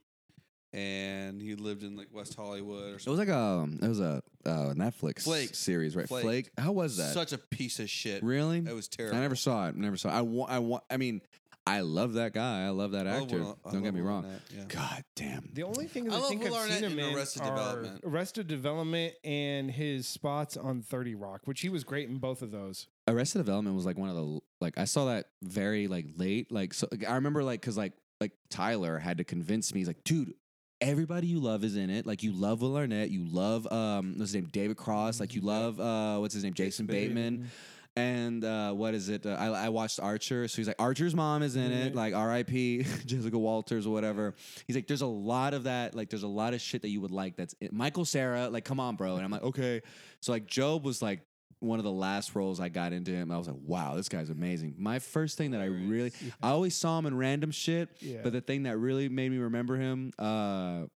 [SPEAKER 1] and he lived in like West Hollywood or
[SPEAKER 3] It
[SPEAKER 1] something?
[SPEAKER 3] was like a it was a uh, Netflix
[SPEAKER 1] Flaked.
[SPEAKER 3] series, right?
[SPEAKER 1] Flaked.
[SPEAKER 3] Flake. How was that?
[SPEAKER 1] Such a piece of shit.
[SPEAKER 3] really?
[SPEAKER 1] It was
[SPEAKER 3] I
[SPEAKER 1] terrible.
[SPEAKER 3] never saw it. Never saw. It. I want. I want. I mean, I love that guy. I love that
[SPEAKER 1] I love
[SPEAKER 3] actor.
[SPEAKER 1] Will- I
[SPEAKER 3] Don't get
[SPEAKER 1] love
[SPEAKER 3] me
[SPEAKER 1] Will
[SPEAKER 3] wrong.
[SPEAKER 1] Arnett, yeah.
[SPEAKER 3] God damn.
[SPEAKER 4] the only thing that
[SPEAKER 1] I
[SPEAKER 4] I,
[SPEAKER 1] love
[SPEAKER 4] think
[SPEAKER 1] Will
[SPEAKER 4] I've seen
[SPEAKER 1] Arnett
[SPEAKER 4] him
[SPEAKER 1] in
[SPEAKER 4] in
[SPEAKER 1] Arrested
[SPEAKER 4] are
[SPEAKER 1] Development.
[SPEAKER 4] Arrested Development and his spots on Thirty Rock, which he was great in both of those.
[SPEAKER 3] Arrested Development was like one of the like I saw that very like late. Like so, like, I remember like because like like Tyler had to convince me. He's like, dude. Everybody you love is in it. Like you love Will Arnett, you love um, what's his name, David Cross. Like you
[SPEAKER 1] Mm-hmm.
[SPEAKER 3] love uh, what's his name, Jason Bateman. And uh, what is it? Uh, I, I watched Archer. So he's like, Archer's mom is in it,
[SPEAKER 4] Mhm.
[SPEAKER 3] like R.I.P. Jessica Walters or whatever. He's like, there's a lot of that. Like, there's a lot of shit that you would like. That's it. Michael Sarah. Like, come on, bro. And I'm like, okay. So like, Job was like one of the last roles I got into him. I was like, wow, this guy's amazing. My first thing that I really, I always saw him in random shit.
[SPEAKER 4] Yeah.
[SPEAKER 3] But the thing that really made me remember him, uh, uh,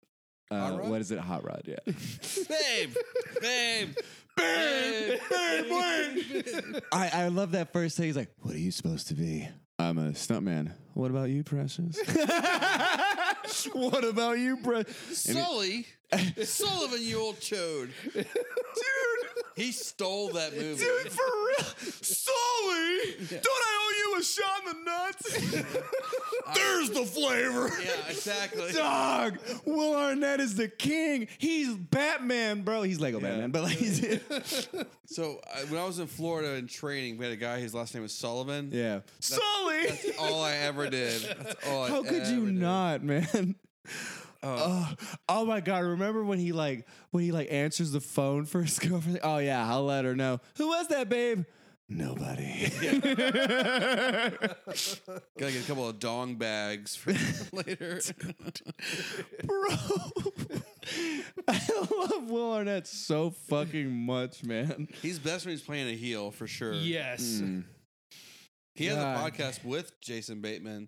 [SPEAKER 1] Rod?
[SPEAKER 3] what is it? Hot Rod. Yeah.
[SPEAKER 1] babe, babe, babe, babe,
[SPEAKER 3] I, I love that first thing. He's like, "What are you supposed to be?" I'm a stuntman. What about you, Precious? what about you, Precious?
[SPEAKER 1] Sully, Sullivan, you old chode, dude. He stole that movie.
[SPEAKER 3] Dude, for real, Sully, don't I owe you a shot in the nuts? There's the flavor.
[SPEAKER 1] Yeah, exactly.
[SPEAKER 3] Dog, Will Arnett is the king. He's Batman, bro. He's Lego Batman, but like, he's,
[SPEAKER 1] So I, when I was in Florida in training, we had a guy. His last name was Sullivan.
[SPEAKER 3] yeah, Sully.
[SPEAKER 1] That's all I ever did. That's all I
[SPEAKER 3] How could you
[SPEAKER 1] ever did.
[SPEAKER 3] not, man? Oh. oh my god! Remember when he like when he like answers the phone for his girlfriend? Oh yeah, I'll let her know. Who was that, babe? Nobody.
[SPEAKER 1] Gotta get a couple of dong bags for later.
[SPEAKER 3] Bro, I love Will Arnett so fucking much, man.
[SPEAKER 1] He's best when he's playing a heel for sure.
[SPEAKER 4] Yes.
[SPEAKER 1] Hmm. He has a
[SPEAKER 3] God.
[SPEAKER 1] podcast with Jason Bateman.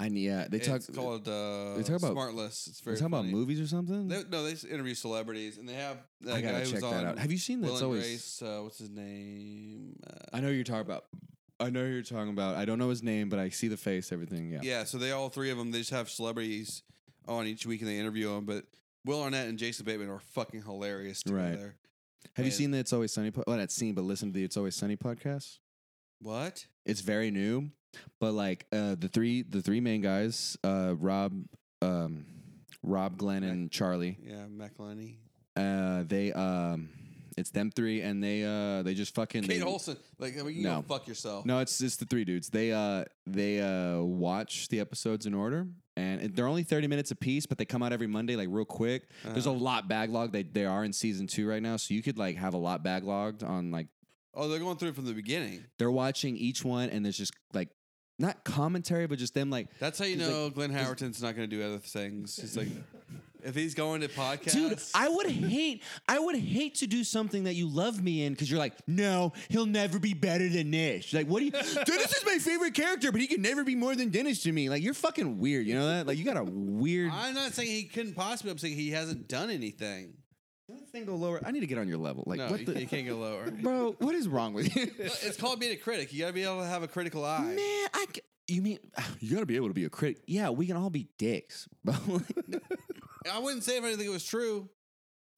[SPEAKER 3] I need. Yeah, they talk.
[SPEAKER 1] it's called uh,
[SPEAKER 3] they talk about-
[SPEAKER 1] Smartless. It's
[SPEAKER 3] They
[SPEAKER 1] very
[SPEAKER 3] talk about
[SPEAKER 1] funny.
[SPEAKER 3] movies or something.
[SPEAKER 1] They, no, they s- interview celebrities and they have that
[SPEAKER 3] I
[SPEAKER 1] guy
[SPEAKER 3] gotta
[SPEAKER 1] who's
[SPEAKER 3] check
[SPEAKER 1] on.
[SPEAKER 3] that out. Have you seen that?
[SPEAKER 1] Will
[SPEAKER 3] It's
[SPEAKER 1] and
[SPEAKER 3] always.
[SPEAKER 1] Grace? Uh, what's his name? Uh,
[SPEAKER 3] I know who you're talking about. I know who you're talking about. I don't know his name, but I see the face, everything. Yeah.
[SPEAKER 1] Yeah, so they all three of them they just have celebrities on each week and they interview them. But Will Arnett and Jason Bateman are fucking hilarious together.
[SPEAKER 3] Right. Have you
[SPEAKER 1] And-
[SPEAKER 3] seen the It's Always Sunny? Po- well, not seen, but listen to the It's Always Sunny podcast.
[SPEAKER 1] What?
[SPEAKER 3] it's very new but like uh the three the three main guys uh rob um rob glenn and charlie
[SPEAKER 1] Yeah, McElhenney.
[SPEAKER 3] uh they um it's them three and they uh they just fucking
[SPEAKER 1] Kate
[SPEAKER 3] they-
[SPEAKER 1] Olsen. Like, I mean, you
[SPEAKER 3] No.
[SPEAKER 1] don't fuck yourself.
[SPEAKER 3] no it's it's the three dudes they uh they uh watch the episodes in order and it- they're only 30 minutes a piece but they come out every monday like real quick there's a
[SPEAKER 1] Uh-huh.
[SPEAKER 3] lot backlog they, they are in season two right now so you could like have a lot backlogged on like
[SPEAKER 1] Oh, they're going through it from the beginning.
[SPEAKER 3] they're watching each one and there's just like not commentary but just them like
[SPEAKER 1] That's how you
[SPEAKER 3] He's like-
[SPEAKER 1] know Glenn Howerton's not going to do other things. He's like, if he's going to podcasts,
[SPEAKER 3] Dude, I would hate, I would hate to do something that you love me in because you're like, no, he'll never be better than Nish. Like, what do you? Dennis is my favorite character, but he can never be more than Dennis to me. Like, you're fucking weird. You know that? Like, you got a weird.
[SPEAKER 1] I'm not saying he couldn't possibly. I'm saying he hasn't done anything.
[SPEAKER 3] thing go lower. I need to get on your level. Like,
[SPEAKER 1] no,
[SPEAKER 3] what
[SPEAKER 1] you,
[SPEAKER 3] the?
[SPEAKER 1] you can't go lower.
[SPEAKER 3] Bro, what is wrong with you?
[SPEAKER 1] Look, it's called being a critic. You got to be able to have a critical eye.
[SPEAKER 3] Man, I. c- You mean you got to be able to be a critic? Yeah, we can all be dicks, bro.
[SPEAKER 1] I wouldn't say if anything it was true.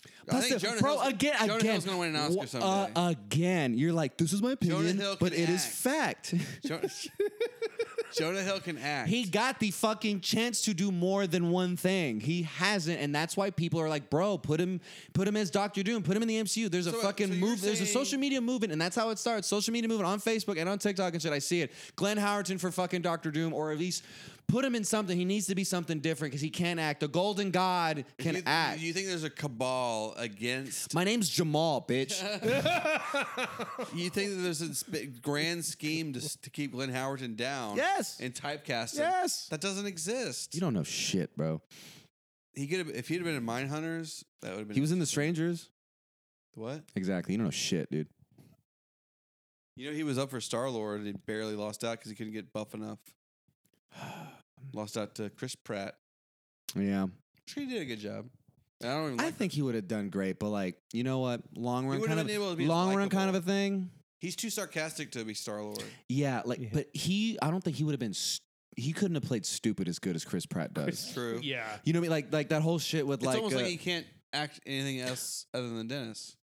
[SPEAKER 1] I
[SPEAKER 3] Plus
[SPEAKER 1] think
[SPEAKER 3] the-
[SPEAKER 1] Jonah
[SPEAKER 3] bro,
[SPEAKER 1] Hill's,
[SPEAKER 3] again,
[SPEAKER 1] Jonah
[SPEAKER 3] again,
[SPEAKER 1] Hill's going to win an Oscar
[SPEAKER 3] wha-
[SPEAKER 1] someday.
[SPEAKER 3] Uh, again, you're like, this is my opinion,
[SPEAKER 1] Hill
[SPEAKER 3] but
[SPEAKER 1] can
[SPEAKER 3] it is
[SPEAKER 1] act.
[SPEAKER 3] fact.
[SPEAKER 1] Jonah, Jonah Hill can act.
[SPEAKER 3] He got the fucking chance to do more than one thing. He hasn't, and that's why people are like, "Bro, put him, put him as Doctor Doom. Put him in the MCU." There's a
[SPEAKER 1] So, uh,
[SPEAKER 3] fucking
[SPEAKER 1] so you're
[SPEAKER 3] move. There's a
[SPEAKER 1] saying-
[SPEAKER 3] social media movement, and that's how it starts. Social media movement on Facebook and on TikTok and shit. I see it. Glenn Howerton for fucking Doctor Doom, or at least put him in something. He needs to be something different because he can't act. The Golden God can
[SPEAKER 1] you,
[SPEAKER 3] act.
[SPEAKER 1] You think there's a cabal against?
[SPEAKER 3] My name's Jamal, bitch.
[SPEAKER 1] You think that there's a sp- grand scheme to, s- to keep Glenn Howerton down?
[SPEAKER 4] Yes.
[SPEAKER 1] And typecast him?
[SPEAKER 4] Yes.
[SPEAKER 1] That doesn't exist.
[SPEAKER 3] you don't know shit, bro.
[SPEAKER 1] He could have if he'd have been in Mindhunters, that would have been.
[SPEAKER 3] He was in The
[SPEAKER 1] interesting.
[SPEAKER 3] Strangers.
[SPEAKER 1] What?
[SPEAKER 3] Exactly. You don't know shit, dude.
[SPEAKER 1] You know he was up for Star Lord and he barely lost out because he couldn't get buff enough. Lost out to Chris Pratt.
[SPEAKER 3] Yeah.
[SPEAKER 1] I'm sure he did a good job. I don't even. Like
[SPEAKER 3] I think he would have done great, but like you know what, long run
[SPEAKER 1] wouldn't
[SPEAKER 3] kind
[SPEAKER 1] have
[SPEAKER 3] of
[SPEAKER 1] been able to be as
[SPEAKER 3] long run kind of a
[SPEAKER 1] likable.
[SPEAKER 3] thing.
[SPEAKER 1] he's too sarcastic to be Star Lord.
[SPEAKER 3] Yeah, like
[SPEAKER 4] Yeah.
[SPEAKER 3] but he, I don't think he would have been. St- he couldn't have played stupid as good as Chris Pratt does.
[SPEAKER 1] It's true.
[SPEAKER 4] Yeah.
[SPEAKER 3] You know what I mean? Like like that whole shit with
[SPEAKER 1] It's
[SPEAKER 3] like,
[SPEAKER 1] almost
[SPEAKER 3] uh,
[SPEAKER 1] like he can't act anything else other than Dennis.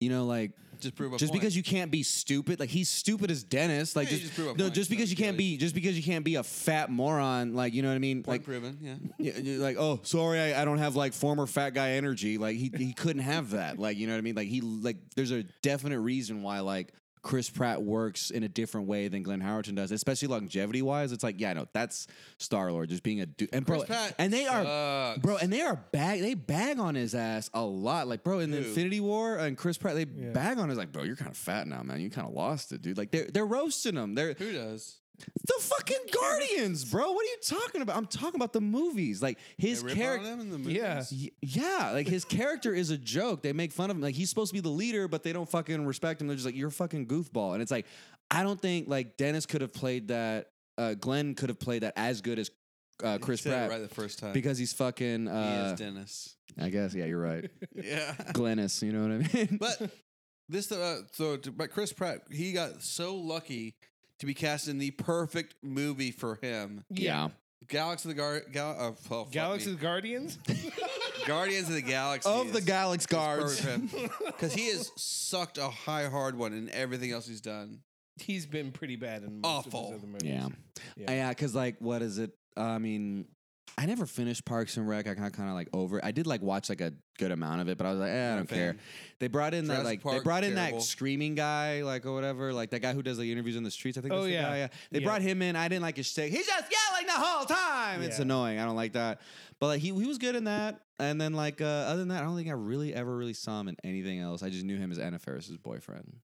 [SPEAKER 3] you know like
[SPEAKER 1] Just prove a
[SPEAKER 3] just because you can't be stupid, like he's stupid as Dennis. Like
[SPEAKER 1] Yeah, you
[SPEAKER 3] just,
[SPEAKER 1] just prove a
[SPEAKER 3] no,
[SPEAKER 1] point.
[SPEAKER 3] just
[SPEAKER 1] No,
[SPEAKER 3] because you can't
[SPEAKER 1] really.
[SPEAKER 3] be just because you can't be a fat moron. Like you know what I mean?
[SPEAKER 1] point
[SPEAKER 3] like
[SPEAKER 1] proven. Yeah.
[SPEAKER 3] Yeah, you're like, oh, sorry, I, I don't have like former fat guy energy. Like he he couldn't have that. Like you know what I mean? Like he like there's a definite reason why like Chris Pratt works in a different way than Glenn Howerton does, especially longevity wise. It's like, yeah, no, that's Star Lord just being a dude. And bro,
[SPEAKER 1] Chris Pratt
[SPEAKER 3] and they are.
[SPEAKER 1] sucks.
[SPEAKER 3] Bro, and they are bag. They bag on his ass a lot. Like, bro, in the
[SPEAKER 1] Who?
[SPEAKER 3] Infinity War and Chris Pratt, they
[SPEAKER 4] Yeah.
[SPEAKER 3] bag on his like, bro, you're kind of fat now, man. You kind of lost it, dude. Like, they're they're roasting him. They're
[SPEAKER 1] who does?
[SPEAKER 3] the fucking Guardians, bro. What are you talking about? I'm talking about the movies. Like his
[SPEAKER 1] They rip on
[SPEAKER 3] character.
[SPEAKER 1] him in the movies?
[SPEAKER 4] Yeah.
[SPEAKER 3] Y- Yeah, like his character is a joke. They make fun of him. Like he's supposed to be the leader, but they don't fucking respect him. They're just like, you're a fucking goofball. And it's like, I don't think like Dennis could have played that. Uh, Glenn could have played that as good as uh,
[SPEAKER 1] He
[SPEAKER 3] Chris
[SPEAKER 1] said it
[SPEAKER 3] Pratt
[SPEAKER 1] right the first time.
[SPEAKER 3] because he's fucking.
[SPEAKER 1] he
[SPEAKER 3] Uh,
[SPEAKER 1] is Dennis.
[SPEAKER 3] I guess yeah, you're right.
[SPEAKER 1] Yeah.
[SPEAKER 3] Glennis, you know what I mean?
[SPEAKER 1] But this, uh, so to- but Chris Pratt, he got so lucky to be cast in the perfect movie for him.
[SPEAKER 3] yeah,
[SPEAKER 1] Galaxy of the Gar, Gal, uh, oh, fuck
[SPEAKER 4] Galaxy
[SPEAKER 1] me.
[SPEAKER 4] of the Guardians?
[SPEAKER 1] Guardians of the Galaxy
[SPEAKER 3] of the
[SPEAKER 1] is-
[SPEAKER 3] Galaxy
[SPEAKER 1] is
[SPEAKER 3] Guards.
[SPEAKER 1] perfect for him because he has sucked a high hard one in everything else he's done.
[SPEAKER 4] He's been pretty bad in most of
[SPEAKER 1] Awful.
[SPEAKER 4] his other movies.
[SPEAKER 3] Yeah.
[SPEAKER 4] Yeah.
[SPEAKER 3] Yeah, because like, what is it? I mean, I never finished Parks and Rec. I kind of like over. it. I did like watch like a good amount of it, but I was like, eh, I don't care. They brought in that
[SPEAKER 1] Jurassic
[SPEAKER 3] like they
[SPEAKER 1] Park,
[SPEAKER 3] brought in
[SPEAKER 1] terrible.
[SPEAKER 3] that screaming guy, like or whatever, like that guy who does the interviews on the streets. I think.
[SPEAKER 4] Oh,
[SPEAKER 3] that's the
[SPEAKER 4] yeah.
[SPEAKER 3] guy, yeah. They
[SPEAKER 4] Yeah.
[SPEAKER 3] brought him in. I didn't like his shtick. He's just yelling the whole time. It's
[SPEAKER 4] Yeah.
[SPEAKER 3] annoying. I don't like that. But like he he was good in that. And then like uh, other than that, I don't think I really ever really saw him in anything else. I just knew him as Anna Ferris's boyfriend.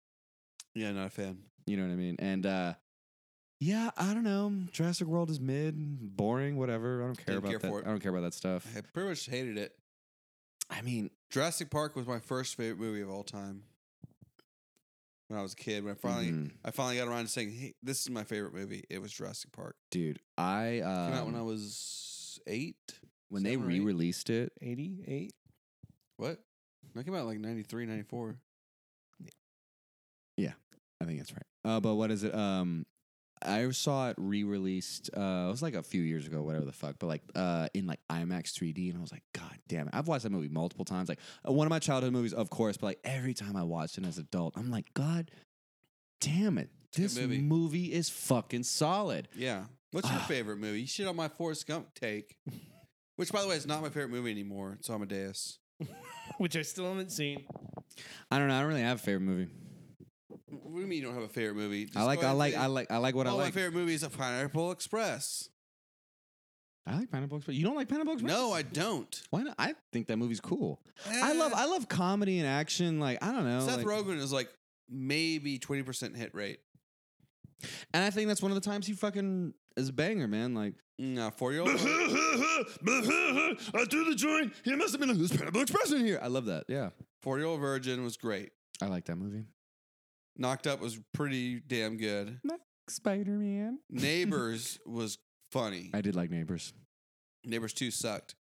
[SPEAKER 1] Yeah, not a fan.
[SPEAKER 3] You know what I mean? And uh yeah, I don't know. Jurassic World is mid, boring, whatever. I don't care
[SPEAKER 1] Didn't
[SPEAKER 3] about
[SPEAKER 1] care
[SPEAKER 3] that.
[SPEAKER 1] for it.
[SPEAKER 3] I don't care about that stuff.
[SPEAKER 1] I pretty much hated it.
[SPEAKER 3] I mean,
[SPEAKER 1] Jurassic Park was my first favorite movie of all time. When I was a kid, when I finally
[SPEAKER 3] mhm,
[SPEAKER 1] I finally got around to saying, "Hey, this is my favorite movie." It was Jurassic Park.
[SPEAKER 3] dude, I
[SPEAKER 1] Came out
[SPEAKER 3] um,
[SPEAKER 1] when
[SPEAKER 3] when,
[SPEAKER 1] I was eight.
[SPEAKER 3] they
[SPEAKER 1] seven or eight.
[SPEAKER 3] re-released it,
[SPEAKER 4] 88?
[SPEAKER 1] What? No, It came out like 93, 94.
[SPEAKER 3] I think that's right. Uh, but what is it? Um, I saw it re-released. Uh, it was like a few years ago, whatever the fuck. But like uh, in like IMAX 3D, and I was like, God damn it! I've watched that movie multiple times. Like uh, one of my childhood movies, of course. But like every time I watched it as an adult, I'm like, God damn it!
[SPEAKER 1] a good
[SPEAKER 3] This
[SPEAKER 1] movie.
[SPEAKER 3] movie. is fucking solid.
[SPEAKER 1] Yeah. What's your
[SPEAKER 3] Ah.
[SPEAKER 1] favorite movie? You shit on my Forrest Gump take, which, by the way, is not my favorite movie anymore. It's Amadeus.
[SPEAKER 4] which I still haven't seen.
[SPEAKER 3] I don't know. I don't really have a favorite movie.
[SPEAKER 1] What do you mean you don't have a favorite movie? Just
[SPEAKER 3] I like.
[SPEAKER 1] go ahead
[SPEAKER 3] I
[SPEAKER 1] and
[SPEAKER 3] like.
[SPEAKER 1] say,
[SPEAKER 3] I like. I like what I
[SPEAKER 1] All my
[SPEAKER 3] like.
[SPEAKER 1] favorite movies are Pineapple Express.
[SPEAKER 3] I like Pineapple Express. You don't like Pineapple Express?
[SPEAKER 1] No, I don't.
[SPEAKER 3] Why not? I think that movie's cool. I love.
[SPEAKER 1] Eh.
[SPEAKER 3] I love comedy and action. Like I don't know.
[SPEAKER 1] Seth
[SPEAKER 3] like-
[SPEAKER 1] Rogen is like maybe 20% hit rate.
[SPEAKER 3] And I think that's one of the times he fucking is a banger, man. Like
[SPEAKER 1] No, four year old.
[SPEAKER 3] I threw the joint. He must have been like, there's Pineapple Express in here. I love that. Yeah.
[SPEAKER 1] Four year old virgin was great.
[SPEAKER 3] I like that movie.
[SPEAKER 1] Knocked Up was pretty damn good.
[SPEAKER 3] Spider Man.
[SPEAKER 1] Neighbors was funny.
[SPEAKER 3] I did like Neighbors.
[SPEAKER 1] Neighbors 2 sucked.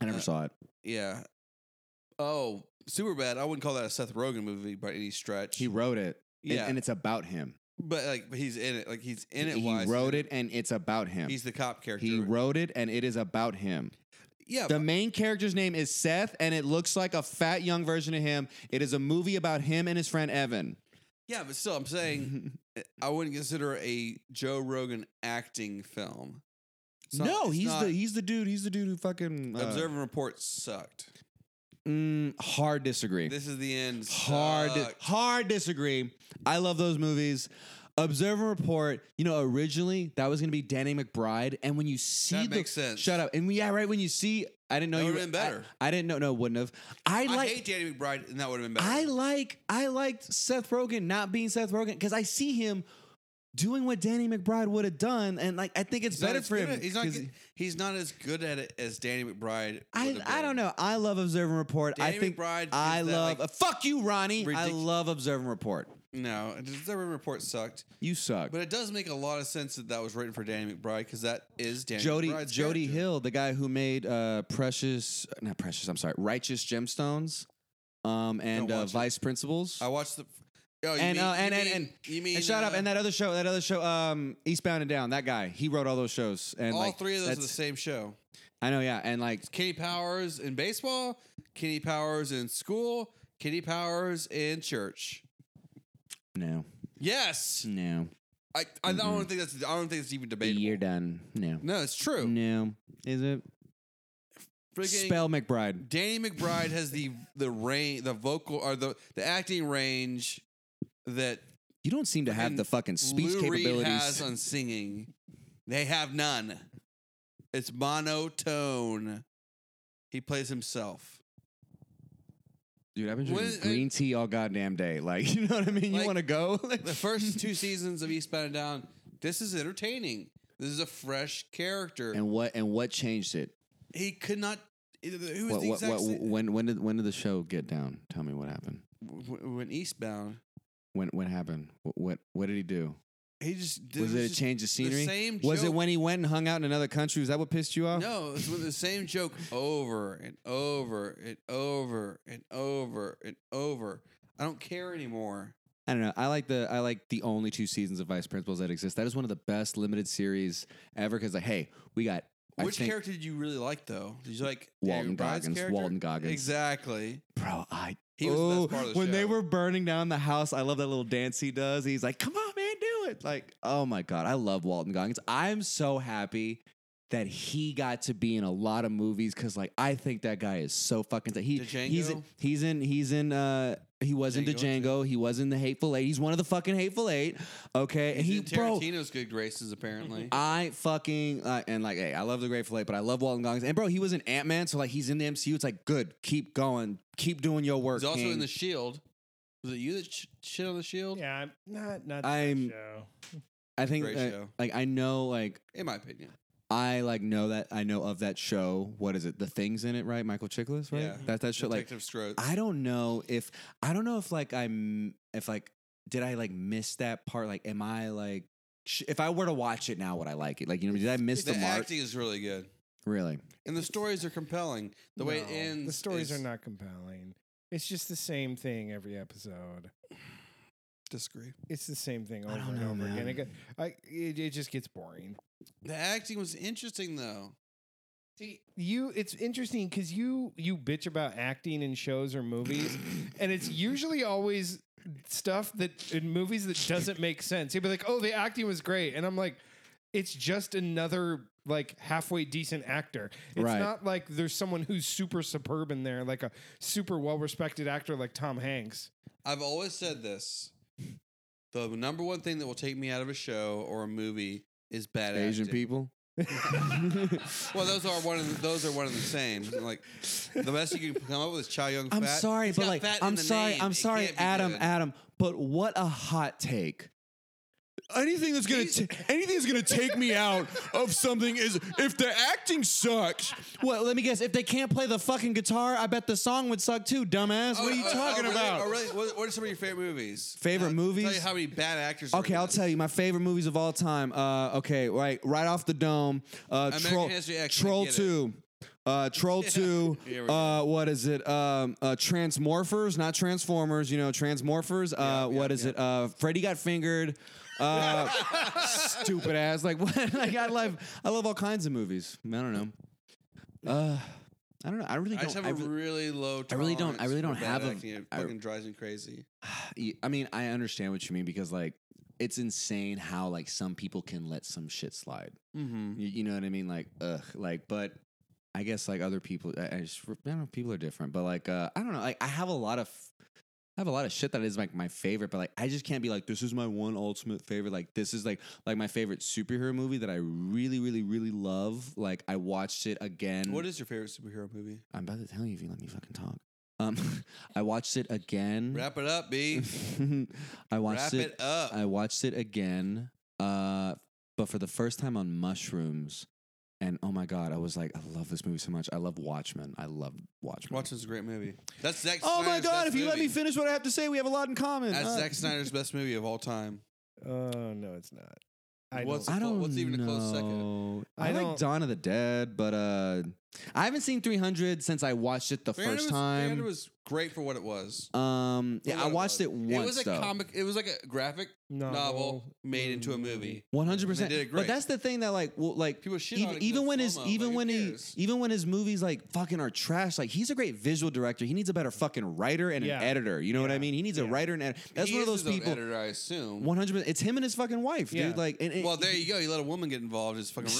[SPEAKER 3] I never
[SPEAKER 1] Uh,
[SPEAKER 3] saw it.
[SPEAKER 1] Yeah. Oh, super bad. I wouldn't call that a Seth Rogen movie by any stretch.
[SPEAKER 3] He wrote it. and-
[SPEAKER 1] yeah,
[SPEAKER 3] And, it's about him.
[SPEAKER 1] but like but he's in it. Like he's in it.
[SPEAKER 3] he
[SPEAKER 1] wise.
[SPEAKER 3] wrote it and it's about him.
[SPEAKER 1] He's the cop character.
[SPEAKER 3] he wrote it and it is about him.
[SPEAKER 1] Yeah,
[SPEAKER 3] The main character's name is Seth, and it looks like a fat young version of him. It is a movie about him and his friend Evan.
[SPEAKER 1] yeah, but still, I'm
[SPEAKER 3] Mm-hmm.
[SPEAKER 1] saying I wouldn't consider a Joe Rogan acting film. It's not-
[SPEAKER 3] no,
[SPEAKER 1] it's
[SPEAKER 3] he's
[SPEAKER 1] not-
[SPEAKER 3] the he's the dude. He's the dude who fucking uh,
[SPEAKER 1] Observe and Report sucked.
[SPEAKER 3] Mm, hard disagree.
[SPEAKER 1] This is the end.
[SPEAKER 3] hard,
[SPEAKER 1] sucked.
[SPEAKER 3] hard disagree. I love those movies. Observe and report. You know, originally that was gonna be Danny McBride, and when you see
[SPEAKER 1] That
[SPEAKER 3] the
[SPEAKER 1] makes sense.
[SPEAKER 3] shut up, and yeah, right when you see, I didn't know
[SPEAKER 1] That
[SPEAKER 3] you
[SPEAKER 1] would've
[SPEAKER 3] were-
[SPEAKER 1] been
[SPEAKER 3] I-
[SPEAKER 1] better.
[SPEAKER 3] I, didn't know. No, wouldn't have. I
[SPEAKER 1] I
[SPEAKER 3] like.
[SPEAKER 1] hate Danny McBride, and that would have been better.
[SPEAKER 3] I like I liked Seth Rogen not being Seth Rogen because I see him doing what Danny McBride would have done, and like I think it's
[SPEAKER 1] He's not
[SPEAKER 3] better
[SPEAKER 1] as
[SPEAKER 3] for
[SPEAKER 1] good
[SPEAKER 3] him.
[SPEAKER 1] at- he's not.
[SPEAKER 3] 'cause
[SPEAKER 1] good- He's not as good at it as Danny McBride.
[SPEAKER 3] I,
[SPEAKER 1] would've
[SPEAKER 3] I
[SPEAKER 1] been.
[SPEAKER 3] don't know. I love Observe and Report.
[SPEAKER 1] Danny
[SPEAKER 3] I think
[SPEAKER 1] McBride. is
[SPEAKER 3] I
[SPEAKER 1] that,
[SPEAKER 3] love
[SPEAKER 1] like-
[SPEAKER 3] fuck you, Ronnie. I
[SPEAKER 1] ridic-
[SPEAKER 3] love Observe and Report.
[SPEAKER 1] no, Observe and Report sucked,
[SPEAKER 3] You suck.
[SPEAKER 1] but it does make a lot of sense that that was written for Danny McBride because that is Danny
[SPEAKER 3] Jody
[SPEAKER 1] McBride's
[SPEAKER 3] Jody
[SPEAKER 1] character.
[SPEAKER 3] Hill, the guy who made uh, Precious, not Precious. I'm sorry, Righteous Gemstones, um, and
[SPEAKER 1] Don't
[SPEAKER 3] uh,
[SPEAKER 1] watch it.
[SPEAKER 3] Vice Principals.
[SPEAKER 1] I watched the. Oh, you
[SPEAKER 3] And,
[SPEAKER 1] mean,
[SPEAKER 3] uh, and-
[SPEAKER 1] you
[SPEAKER 3] and-
[SPEAKER 1] mean,
[SPEAKER 3] and-
[SPEAKER 1] you mean
[SPEAKER 3] and shut up.
[SPEAKER 1] uh,
[SPEAKER 3] And that other show, that other show, um, Eastbound and Down. That guy, he wrote all those shows. And
[SPEAKER 1] all
[SPEAKER 3] like,
[SPEAKER 1] three of those are the
[SPEAKER 3] that's-
[SPEAKER 1] same show.
[SPEAKER 3] I know, yeah. And like,
[SPEAKER 1] Kenny Powers in baseball, Kenny Powers in school, Kenny Powers in church.
[SPEAKER 3] no,
[SPEAKER 1] Yes,
[SPEAKER 3] no,
[SPEAKER 1] I I don't
[SPEAKER 3] Mm-mm.
[SPEAKER 1] think that's I don't think it's even debatable.
[SPEAKER 3] you're done. No,
[SPEAKER 1] No, it's true.
[SPEAKER 3] no. Is it
[SPEAKER 1] Freaking
[SPEAKER 3] spell McBride?
[SPEAKER 1] Danny McBride has the the range, the vocal or the the acting range that
[SPEAKER 3] You don't seem to have
[SPEAKER 1] Freaking
[SPEAKER 3] the fucking speech
[SPEAKER 1] Lou Reed
[SPEAKER 3] capabilities.
[SPEAKER 1] has on singing. They have none. It's monotone. He plays himself.
[SPEAKER 3] Dude, I've been
[SPEAKER 1] When-
[SPEAKER 3] drinking green tea all goddamn day. Like, you know what I mean?
[SPEAKER 1] Like,
[SPEAKER 3] you want to go?
[SPEAKER 1] The first two seasons of Eastbound and Down, this is entertaining. This is a fresh character.
[SPEAKER 3] and what? And what changed it?
[SPEAKER 1] he could not. Who was
[SPEAKER 3] What,
[SPEAKER 1] the
[SPEAKER 3] what,
[SPEAKER 1] exact
[SPEAKER 3] what,
[SPEAKER 1] same-
[SPEAKER 3] when? When did? When did the show get down? Tell me what happened.
[SPEAKER 1] w- when Eastbound?
[SPEAKER 3] When? What happened? What? What, what did he do?
[SPEAKER 1] He just did-
[SPEAKER 3] Was it a
[SPEAKER 1] just
[SPEAKER 3] change
[SPEAKER 1] The
[SPEAKER 3] of scenery?
[SPEAKER 1] same
[SPEAKER 3] Was
[SPEAKER 1] joke.
[SPEAKER 3] it when he went and hung out in another country? Was that what pissed you off?
[SPEAKER 1] No, it's with the same joke over and over and over and over and over. I don't care anymore.
[SPEAKER 3] I don't know. I like the I like the only two seasons of Vice Principals that exist. That is one of the best limited series ever. Because like, hey, we got I
[SPEAKER 1] Which
[SPEAKER 3] think-
[SPEAKER 1] character did you really like though? Did you like
[SPEAKER 3] Walton
[SPEAKER 1] David Bryan's
[SPEAKER 3] Goggins.
[SPEAKER 1] character?
[SPEAKER 3] Walton Goggins.
[SPEAKER 1] Exactly.
[SPEAKER 3] bro. I
[SPEAKER 1] He was the
[SPEAKER 3] oh,
[SPEAKER 1] best part of the
[SPEAKER 3] when they
[SPEAKER 1] show.
[SPEAKER 3] were burning down the house. I love that little dance he does. He's like, "Come on, man, do it!" Like, oh my god, I love Walton Goggins. I'm so happy that he got to be in a lot of movies because, like, I think that guy is so fucking. He
[SPEAKER 1] Django?
[SPEAKER 3] he's he's in he's in uh he was in
[SPEAKER 1] Django, too.
[SPEAKER 3] Django. He was in the Hateful Eight. He's one of the fucking Hateful Eight. Okay, and
[SPEAKER 1] He's
[SPEAKER 3] he
[SPEAKER 1] in
[SPEAKER 3] bro.
[SPEAKER 1] Tarantino's good graces apparently.
[SPEAKER 3] I fucking uh, and like, hey, I love the Grateful Eight, but I love Walton Goggins. And bro, he was an Ant Man, so like, he's in the MCU. It's like, good, keep going, keep doing your work.
[SPEAKER 1] He's also
[SPEAKER 3] King.
[SPEAKER 1] in the Shield. Was it you that sh- shit on the Shield?
[SPEAKER 4] Yeah, I'm not not
[SPEAKER 3] I'm-
[SPEAKER 4] that show.
[SPEAKER 3] I think
[SPEAKER 1] Great
[SPEAKER 3] that-
[SPEAKER 1] show.
[SPEAKER 3] like I know like
[SPEAKER 1] In my opinion,
[SPEAKER 3] I like know that I know of that show. What is it? The things in it, right? Michael Chiklis, right?
[SPEAKER 1] Yeah.
[SPEAKER 3] That that show. Like
[SPEAKER 1] Detective Strode.
[SPEAKER 3] I don't know if I don't know if like I'm if like did I like miss that part? Like, am I like sh- if I were to watch it now, would I like it? Like, you know, did I miss
[SPEAKER 1] the
[SPEAKER 3] the mark?
[SPEAKER 1] acting is really good,
[SPEAKER 3] Really?
[SPEAKER 1] and the stories are compelling. The way it
[SPEAKER 4] No,
[SPEAKER 1] ends,
[SPEAKER 4] The stories
[SPEAKER 1] is-
[SPEAKER 4] are not compelling. It's just the same thing every episode.
[SPEAKER 1] disagree.
[SPEAKER 4] It's the same thing over
[SPEAKER 3] don't
[SPEAKER 4] and
[SPEAKER 3] know,
[SPEAKER 4] over again.
[SPEAKER 3] man.
[SPEAKER 4] It, got- I, it, it just gets boring.
[SPEAKER 1] The acting was interesting though.
[SPEAKER 4] See, you it's interesting because you you bitch about acting in shows or movies, and it's usually always stuff that in movies that doesn't make sense. You'd be like, "Oh, the acting was great," and I'm like, "It's just another like halfway decent actor. It's
[SPEAKER 3] Right.
[SPEAKER 4] not like there's someone who's super superb in there, like a super well respected actor like Tom Hanks."
[SPEAKER 1] I've always said this. The number one thing that will take me out of a show or a movie is bad
[SPEAKER 3] Asian
[SPEAKER 1] acting.
[SPEAKER 3] people.
[SPEAKER 1] Well, those are one of the, those are one of the same. Like the best you can come up with is Chow Young.
[SPEAKER 3] I'm
[SPEAKER 1] Fat.
[SPEAKER 3] sorry,
[SPEAKER 1] He's
[SPEAKER 3] but
[SPEAKER 1] got
[SPEAKER 3] like,
[SPEAKER 1] fat in
[SPEAKER 3] I'm
[SPEAKER 1] the
[SPEAKER 3] sorry,
[SPEAKER 1] name.
[SPEAKER 3] I'm
[SPEAKER 1] It
[SPEAKER 3] sorry,
[SPEAKER 1] can't be
[SPEAKER 3] Adam,
[SPEAKER 1] good.
[SPEAKER 3] Adam. But what a hot take. Anything that's gonna ta- anything that's gonna take me out of something is if the acting sucks. Well, let me guess. If they can't play the fucking guitar, I bet the song would suck too, dumbass. what are you
[SPEAKER 1] Oh, oh,
[SPEAKER 3] talking
[SPEAKER 1] oh, really?
[SPEAKER 3] about?
[SPEAKER 1] Oh, really? What, what are some of your favorite movies?
[SPEAKER 3] Favorite
[SPEAKER 1] I'll
[SPEAKER 3] movies?
[SPEAKER 1] Tell you how many bad actors. are
[SPEAKER 3] Okay,
[SPEAKER 1] in
[SPEAKER 3] I'll
[SPEAKER 1] it.
[SPEAKER 3] tell you my favorite movies of all time. Uh, okay, right, right off the dome. Uh,
[SPEAKER 1] American
[SPEAKER 3] Troll,
[SPEAKER 1] History X, I
[SPEAKER 3] Troll
[SPEAKER 1] get it.
[SPEAKER 3] Two, uh, Troll Two.
[SPEAKER 1] Here we go.
[SPEAKER 3] Uh, what is it? Um, uh, Transmorphers, not Transformers. You know, Transmorphers. Uh, what is it? Uh, Freddy got fingered. Uh, stupid ass. Like what? like I love, I love all kinds of movies. I don't know. Uh, I don't know. I really
[SPEAKER 1] I just
[SPEAKER 3] don't.
[SPEAKER 1] have
[SPEAKER 3] I
[SPEAKER 1] a
[SPEAKER 3] re-
[SPEAKER 1] really low.
[SPEAKER 3] I really don't-
[SPEAKER 1] tolerance
[SPEAKER 3] I really
[SPEAKER 1] for
[SPEAKER 3] don't
[SPEAKER 1] bad
[SPEAKER 3] have a-
[SPEAKER 1] acting. It
[SPEAKER 3] I-
[SPEAKER 1] fucking drives me crazy.
[SPEAKER 3] Y- I mean, I understand what you mean because like it's insane how like some people can let some shit slide.
[SPEAKER 1] Mm-hmm.
[SPEAKER 3] You, you know what I mean? Like, ugh, like, but I guess like other people, I, I just, I don't know, people are different, but like, uh, I don't know, like, I have a lot of, I have a lot of shit that is like my favorite, but like, I just can't be like, this is my one ultimate favorite. Like, this is like, like my favorite superhero movie that I really, really, really love. Like, I watched it again.
[SPEAKER 1] What is your favorite superhero movie?
[SPEAKER 3] I'm about to tell you if you let me fucking talk. Um, I watched it again.
[SPEAKER 1] Wrap it up, B.
[SPEAKER 3] Mm. I
[SPEAKER 1] Wrap
[SPEAKER 3] watched
[SPEAKER 1] it, up.
[SPEAKER 3] I watched it again, uh, but for the first time on mushrooms. And oh my god, I was like, I love this movie so much. I love Watchmen. I love Watchmen.
[SPEAKER 1] Watchmen's a great movie. That's Zack.
[SPEAKER 3] Oh my
[SPEAKER 1] Snyder's
[SPEAKER 3] god,
[SPEAKER 1] best
[SPEAKER 3] if you let me
[SPEAKER 1] movie.
[SPEAKER 3] finish what I have to say, we have a lot in common.
[SPEAKER 1] That's
[SPEAKER 3] Uh,
[SPEAKER 1] Zack Snyder's best movie of all time.
[SPEAKER 4] Oh no, it's not. I
[SPEAKER 1] What's-
[SPEAKER 4] don't.
[SPEAKER 3] I don't
[SPEAKER 1] What's even a close second?
[SPEAKER 3] know.
[SPEAKER 4] I
[SPEAKER 3] I,
[SPEAKER 4] don't-
[SPEAKER 3] like Dawn of the Dead, but uh, I haven't seen 300 since I watched it the
[SPEAKER 1] Brandon
[SPEAKER 3] first
[SPEAKER 1] was,
[SPEAKER 3] time.
[SPEAKER 1] Brandon was great for what it was.
[SPEAKER 3] um,
[SPEAKER 1] For
[SPEAKER 3] yeah,
[SPEAKER 1] what
[SPEAKER 3] I watched it,
[SPEAKER 1] was.
[SPEAKER 3] once
[SPEAKER 1] It was a
[SPEAKER 3] though.
[SPEAKER 1] comic. It was like a graphic
[SPEAKER 4] Uh,
[SPEAKER 1] novel made into
[SPEAKER 4] mm,
[SPEAKER 1] a movie.
[SPEAKER 3] One hundred
[SPEAKER 1] And they
[SPEAKER 3] percent.
[SPEAKER 1] did it great.
[SPEAKER 3] But that's the thing that like, well, like
[SPEAKER 1] People shit on
[SPEAKER 3] even,
[SPEAKER 1] it 'cause
[SPEAKER 3] even
[SPEAKER 1] it's
[SPEAKER 3] when his
[SPEAKER 1] slow-mo,
[SPEAKER 3] even
[SPEAKER 1] like, who
[SPEAKER 3] when he
[SPEAKER 1] cares?
[SPEAKER 3] even when his movies like fucking are trash, like he's a great visual director. He needs a better fucking writer and
[SPEAKER 4] Yeah.
[SPEAKER 3] an editor. You know what
[SPEAKER 4] Yeah.
[SPEAKER 3] I mean? He needs a
[SPEAKER 4] Yeah.
[SPEAKER 3] writer and editor. That's
[SPEAKER 1] He
[SPEAKER 3] one of
[SPEAKER 1] is
[SPEAKER 3] those
[SPEAKER 1] his own
[SPEAKER 3] people.
[SPEAKER 1] Editor, I assume.
[SPEAKER 3] One hundred. percent It's him and his fucking wife,
[SPEAKER 4] Yeah.
[SPEAKER 3] dude. Like, and, and-
[SPEAKER 1] well, there you go. You let a woman get involved. It's fucking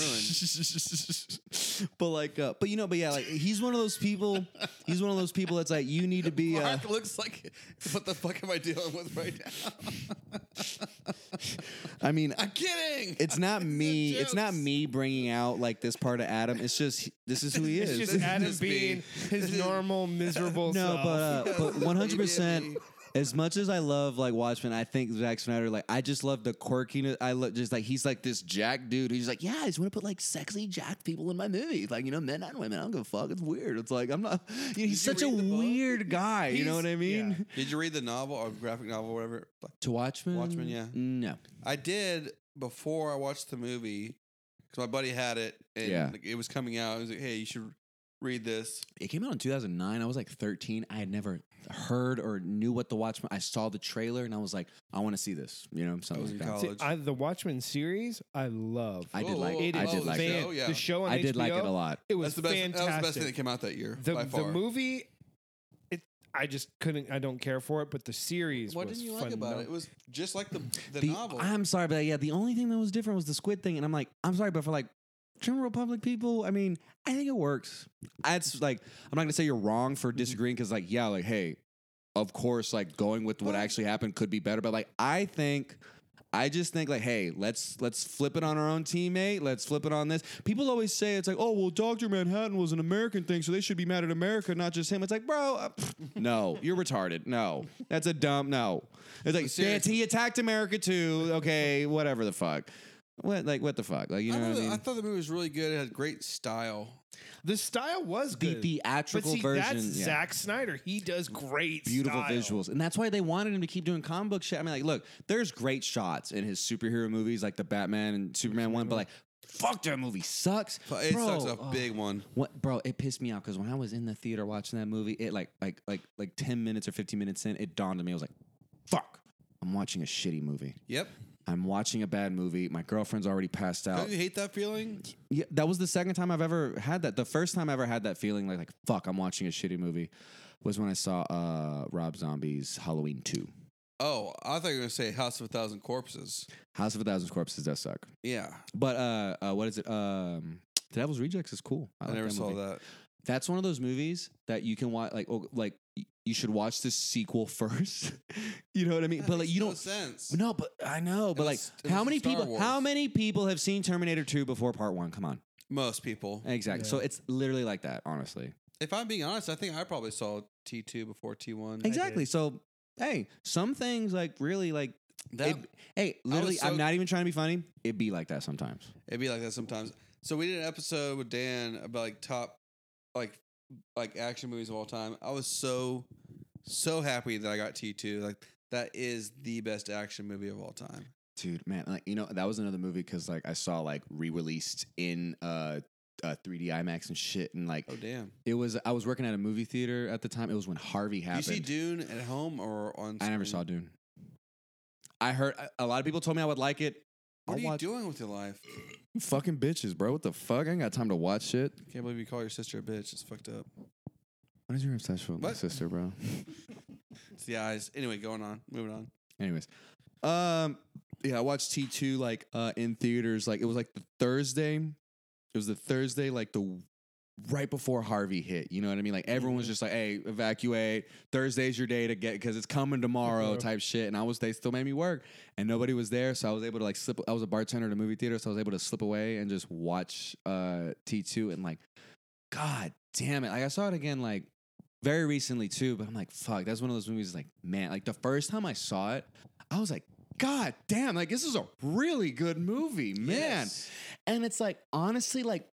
[SPEAKER 1] ruined.
[SPEAKER 3] but like, uh, but you know, but yeah, like he's one of those people. he's one of those people that's like, you need to be. Uh,
[SPEAKER 1] Mark looks like, what the fuck am I dealing with right now?
[SPEAKER 3] I mean,
[SPEAKER 1] I'm kidding.
[SPEAKER 3] it's not me.
[SPEAKER 1] a
[SPEAKER 3] It's not
[SPEAKER 1] joke.
[SPEAKER 3] me bringing out like this part of Adam. It's just this is who he
[SPEAKER 4] It's
[SPEAKER 3] is.
[SPEAKER 4] just
[SPEAKER 1] This is
[SPEAKER 4] Adam
[SPEAKER 1] just me.
[SPEAKER 4] being his normal miserable
[SPEAKER 3] No,
[SPEAKER 4] self.
[SPEAKER 3] but uh,
[SPEAKER 1] Yes,
[SPEAKER 3] but
[SPEAKER 1] they
[SPEAKER 3] one hundred
[SPEAKER 1] did.
[SPEAKER 3] percent. As much as I love like Watchmen, I think Zack Snyder. Like I just love the quirkiness. I love just like he's like this Jack dude. He's like, yeah, I just want to put like sexy Jack people in my movies. Like you know, men and women. I don't give a fuck. It's weird. It's like I'm not. you know, he's
[SPEAKER 1] you
[SPEAKER 3] such a
[SPEAKER 1] read the book?
[SPEAKER 3] weird guy. you know
[SPEAKER 4] He's-
[SPEAKER 3] what I mean?
[SPEAKER 4] yeah.
[SPEAKER 1] Did you read the novel or graphic novel, whatever?
[SPEAKER 3] To Watchmen.
[SPEAKER 1] Watchmen, yeah.
[SPEAKER 3] No.
[SPEAKER 1] I did before I watched the movie because my buddy had it and
[SPEAKER 3] Yeah.
[SPEAKER 1] like, it was coming out. He was like, "Hey, you should read this."
[SPEAKER 3] It came out in 2009. I was like 13. I had never heard or knew what the Watchmen. I saw the trailer and I was like, I want to see this. You know, something
[SPEAKER 1] was
[SPEAKER 3] like
[SPEAKER 1] in
[SPEAKER 3] that.
[SPEAKER 1] college.
[SPEAKER 4] See, I, the Watchmen series, I love.
[SPEAKER 3] I did like.
[SPEAKER 1] Whoa,
[SPEAKER 4] It
[SPEAKER 3] I
[SPEAKER 4] is
[SPEAKER 1] whoa,
[SPEAKER 3] did like.
[SPEAKER 1] fan-
[SPEAKER 3] It.
[SPEAKER 1] show, Oh, yeah.
[SPEAKER 4] The show on
[SPEAKER 3] I did like it
[SPEAKER 4] HBO,
[SPEAKER 3] a lot.
[SPEAKER 4] It was
[SPEAKER 1] That's the best.
[SPEAKER 4] fantastic.
[SPEAKER 1] That was the best thing that came out that year
[SPEAKER 4] the,
[SPEAKER 1] by
[SPEAKER 4] the
[SPEAKER 1] far.
[SPEAKER 4] movie, it, I just couldn't. I don't care for it. But the series,
[SPEAKER 1] What
[SPEAKER 4] was
[SPEAKER 1] didn't you like about
[SPEAKER 4] phenomenal.
[SPEAKER 1] it? It was just like the the,
[SPEAKER 3] The-
[SPEAKER 1] novel.
[SPEAKER 3] I'm sorry, but yeah, the only thing that was different was the squid thing, and I'm like, I'm sorry, but for like general public people, I mean, I think it works. It's like I'm not gonna say you're wrong for disagreeing because like yeah, like hey, of course, like going with what actually happened could be better, but like I think. I just think like, hey, let's let's flip it on our own teammate. Let's flip it on this. People always say it's like, oh well, Doctor Manhattan was an American thing, so they should be mad at America, not just him. It's like, bro, uh, pff, no, you're retarded. No, that's a dumb. No, it's like
[SPEAKER 1] Seriously.
[SPEAKER 3] he attacked America too. Okay, whatever the fuck. What like what the fuck? Like you
[SPEAKER 1] I
[SPEAKER 3] know
[SPEAKER 1] thought
[SPEAKER 3] what I
[SPEAKER 1] the- I
[SPEAKER 3] mean?
[SPEAKER 1] thought the movie was really good. It had great style.
[SPEAKER 4] The style was
[SPEAKER 3] The
[SPEAKER 4] good. but
[SPEAKER 3] theatrical
[SPEAKER 4] see,
[SPEAKER 3] version,
[SPEAKER 4] that's
[SPEAKER 3] yeah.
[SPEAKER 4] Zack Snyder. He does great,
[SPEAKER 3] beautiful
[SPEAKER 4] style.
[SPEAKER 3] visuals, and that's why they wanted him to keep doing comic book shit. I mean, like, look, there's great shots in his superhero movies, like the Batman and Superman one, but like, fuck that movie sucks.
[SPEAKER 1] It
[SPEAKER 3] Bro,
[SPEAKER 1] sucks a
[SPEAKER 3] oh.
[SPEAKER 1] big one.
[SPEAKER 3] What, bro? It pissed me off because when I was in the theater watching that movie, it like like like like ten minutes or fifteen minutes in, it dawned on me. I was like, "Fuck, I'm watching a shitty movie.
[SPEAKER 1] Yep.
[SPEAKER 3] I'm watching a bad movie. My girlfriend's already passed out.
[SPEAKER 1] Don't you hate that feeling?
[SPEAKER 3] Yeah, that was the second time I've ever had that. The first time I ever had that feeling, like, like fuck, I'm watching a shitty movie, was when I saw uh, Rob Zombie's Halloween 2.
[SPEAKER 1] Oh, I thought you were gonna say House of a Thousand Corpses.
[SPEAKER 3] House of a Thousand Corpses does suck.
[SPEAKER 1] Yeah,
[SPEAKER 3] But uh, uh, what is it? Um, the Devil's Rejects is cool.
[SPEAKER 1] I,
[SPEAKER 3] like
[SPEAKER 1] never saw
[SPEAKER 3] movie.
[SPEAKER 1] that.
[SPEAKER 3] That's one of those movies that you can watch, like, oh, like y- you should watch the sequel first. you know what I mean?
[SPEAKER 1] That
[SPEAKER 3] but like,
[SPEAKER 1] makes
[SPEAKER 3] you
[SPEAKER 1] no
[SPEAKER 3] don't.
[SPEAKER 1] sense.
[SPEAKER 3] No, but I know. But like,
[SPEAKER 1] Unless-
[SPEAKER 3] how
[SPEAKER 1] unless
[SPEAKER 3] many
[SPEAKER 1] it's Star
[SPEAKER 3] people?
[SPEAKER 1] Wars.
[SPEAKER 3] How many people have seen Terminator Two before Part One? Come on,
[SPEAKER 1] Most people.
[SPEAKER 3] exactly.
[SPEAKER 4] Yeah.
[SPEAKER 3] So it's literally like that, honestly.
[SPEAKER 1] If I'm being honest, I think I probably saw T two before T one.
[SPEAKER 3] Exactly. So hey, some things like really like. it, hey, literally,
[SPEAKER 1] so-
[SPEAKER 3] I'm not even trying to be funny. It'd be like that sometimes.
[SPEAKER 1] It'd be like that sometimes. So we did an episode with Dan about like top like like action movies of all time. I was so so happy that I got T two. Like that is the best action movie of all time.
[SPEAKER 3] Dude, man, like you know, that was another movie because like I saw like re-released in uh, uh 3D IMAX and shit, and like
[SPEAKER 1] Oh damn!
[SPEAKER 3] it was. I was working at a movie theater at the time. It was when Harvey
[SPEAKER 1] Did you
[SPEAKER 3] happened.
[SPEAKER 1] see Dune at home or on?
[SPEAKER 3] I never
[SPEAKER 1] screen?
[SPEAKER 3] saw Dune. I heard a- a lot of people told me I would like it.
[SPEAKER 1] What
[SPEAKER 3] I'll
[SPEAKER 1] are you
[SPEAKER 3] watch-
[SPEAKER 1] doing with your life?
[SPEAKER 3] Fucking bitches, bro. What the fuck? I ain't got time to watch shit.
[SPEAKER 1] Can't believe you call your sister a bitch. It's fucked up.
[SPEAKER 3] What is your obsession with my
[SPEAKER 1] What?
[SPEAKER 3] sister, bro?
[SPEAKER 1] It's the eyes. Anyway, going on, moving on.
[SPEAKER 3] Anyways, um, yeah, I watched T two like uh in theaters. Like it was like the Thursday. It was the Thursday, like the right before Harvey hit. You know what I mean? Like everyone was just like, "Hey, evacuate. Thursday's your day to get because it's coming tomorrow."
[SPEAKER 4] Mhm.
[SPEAKER 3] type shit. And I was they still made me work, and nobody was there, so I was able to like slip. I was a bartender at a movie theater, so I was able to slip away and just watch uh T two and like, God damn it! Like I saw it again like very recently too, but I'm like, fuck, that's one of those movies like, man, like the first time I saw it, I was like, God damn, like this is a really good movie, man.
[SPEAKER 1] Yes.
[SPEAKER 3] And it's like, honestly, like,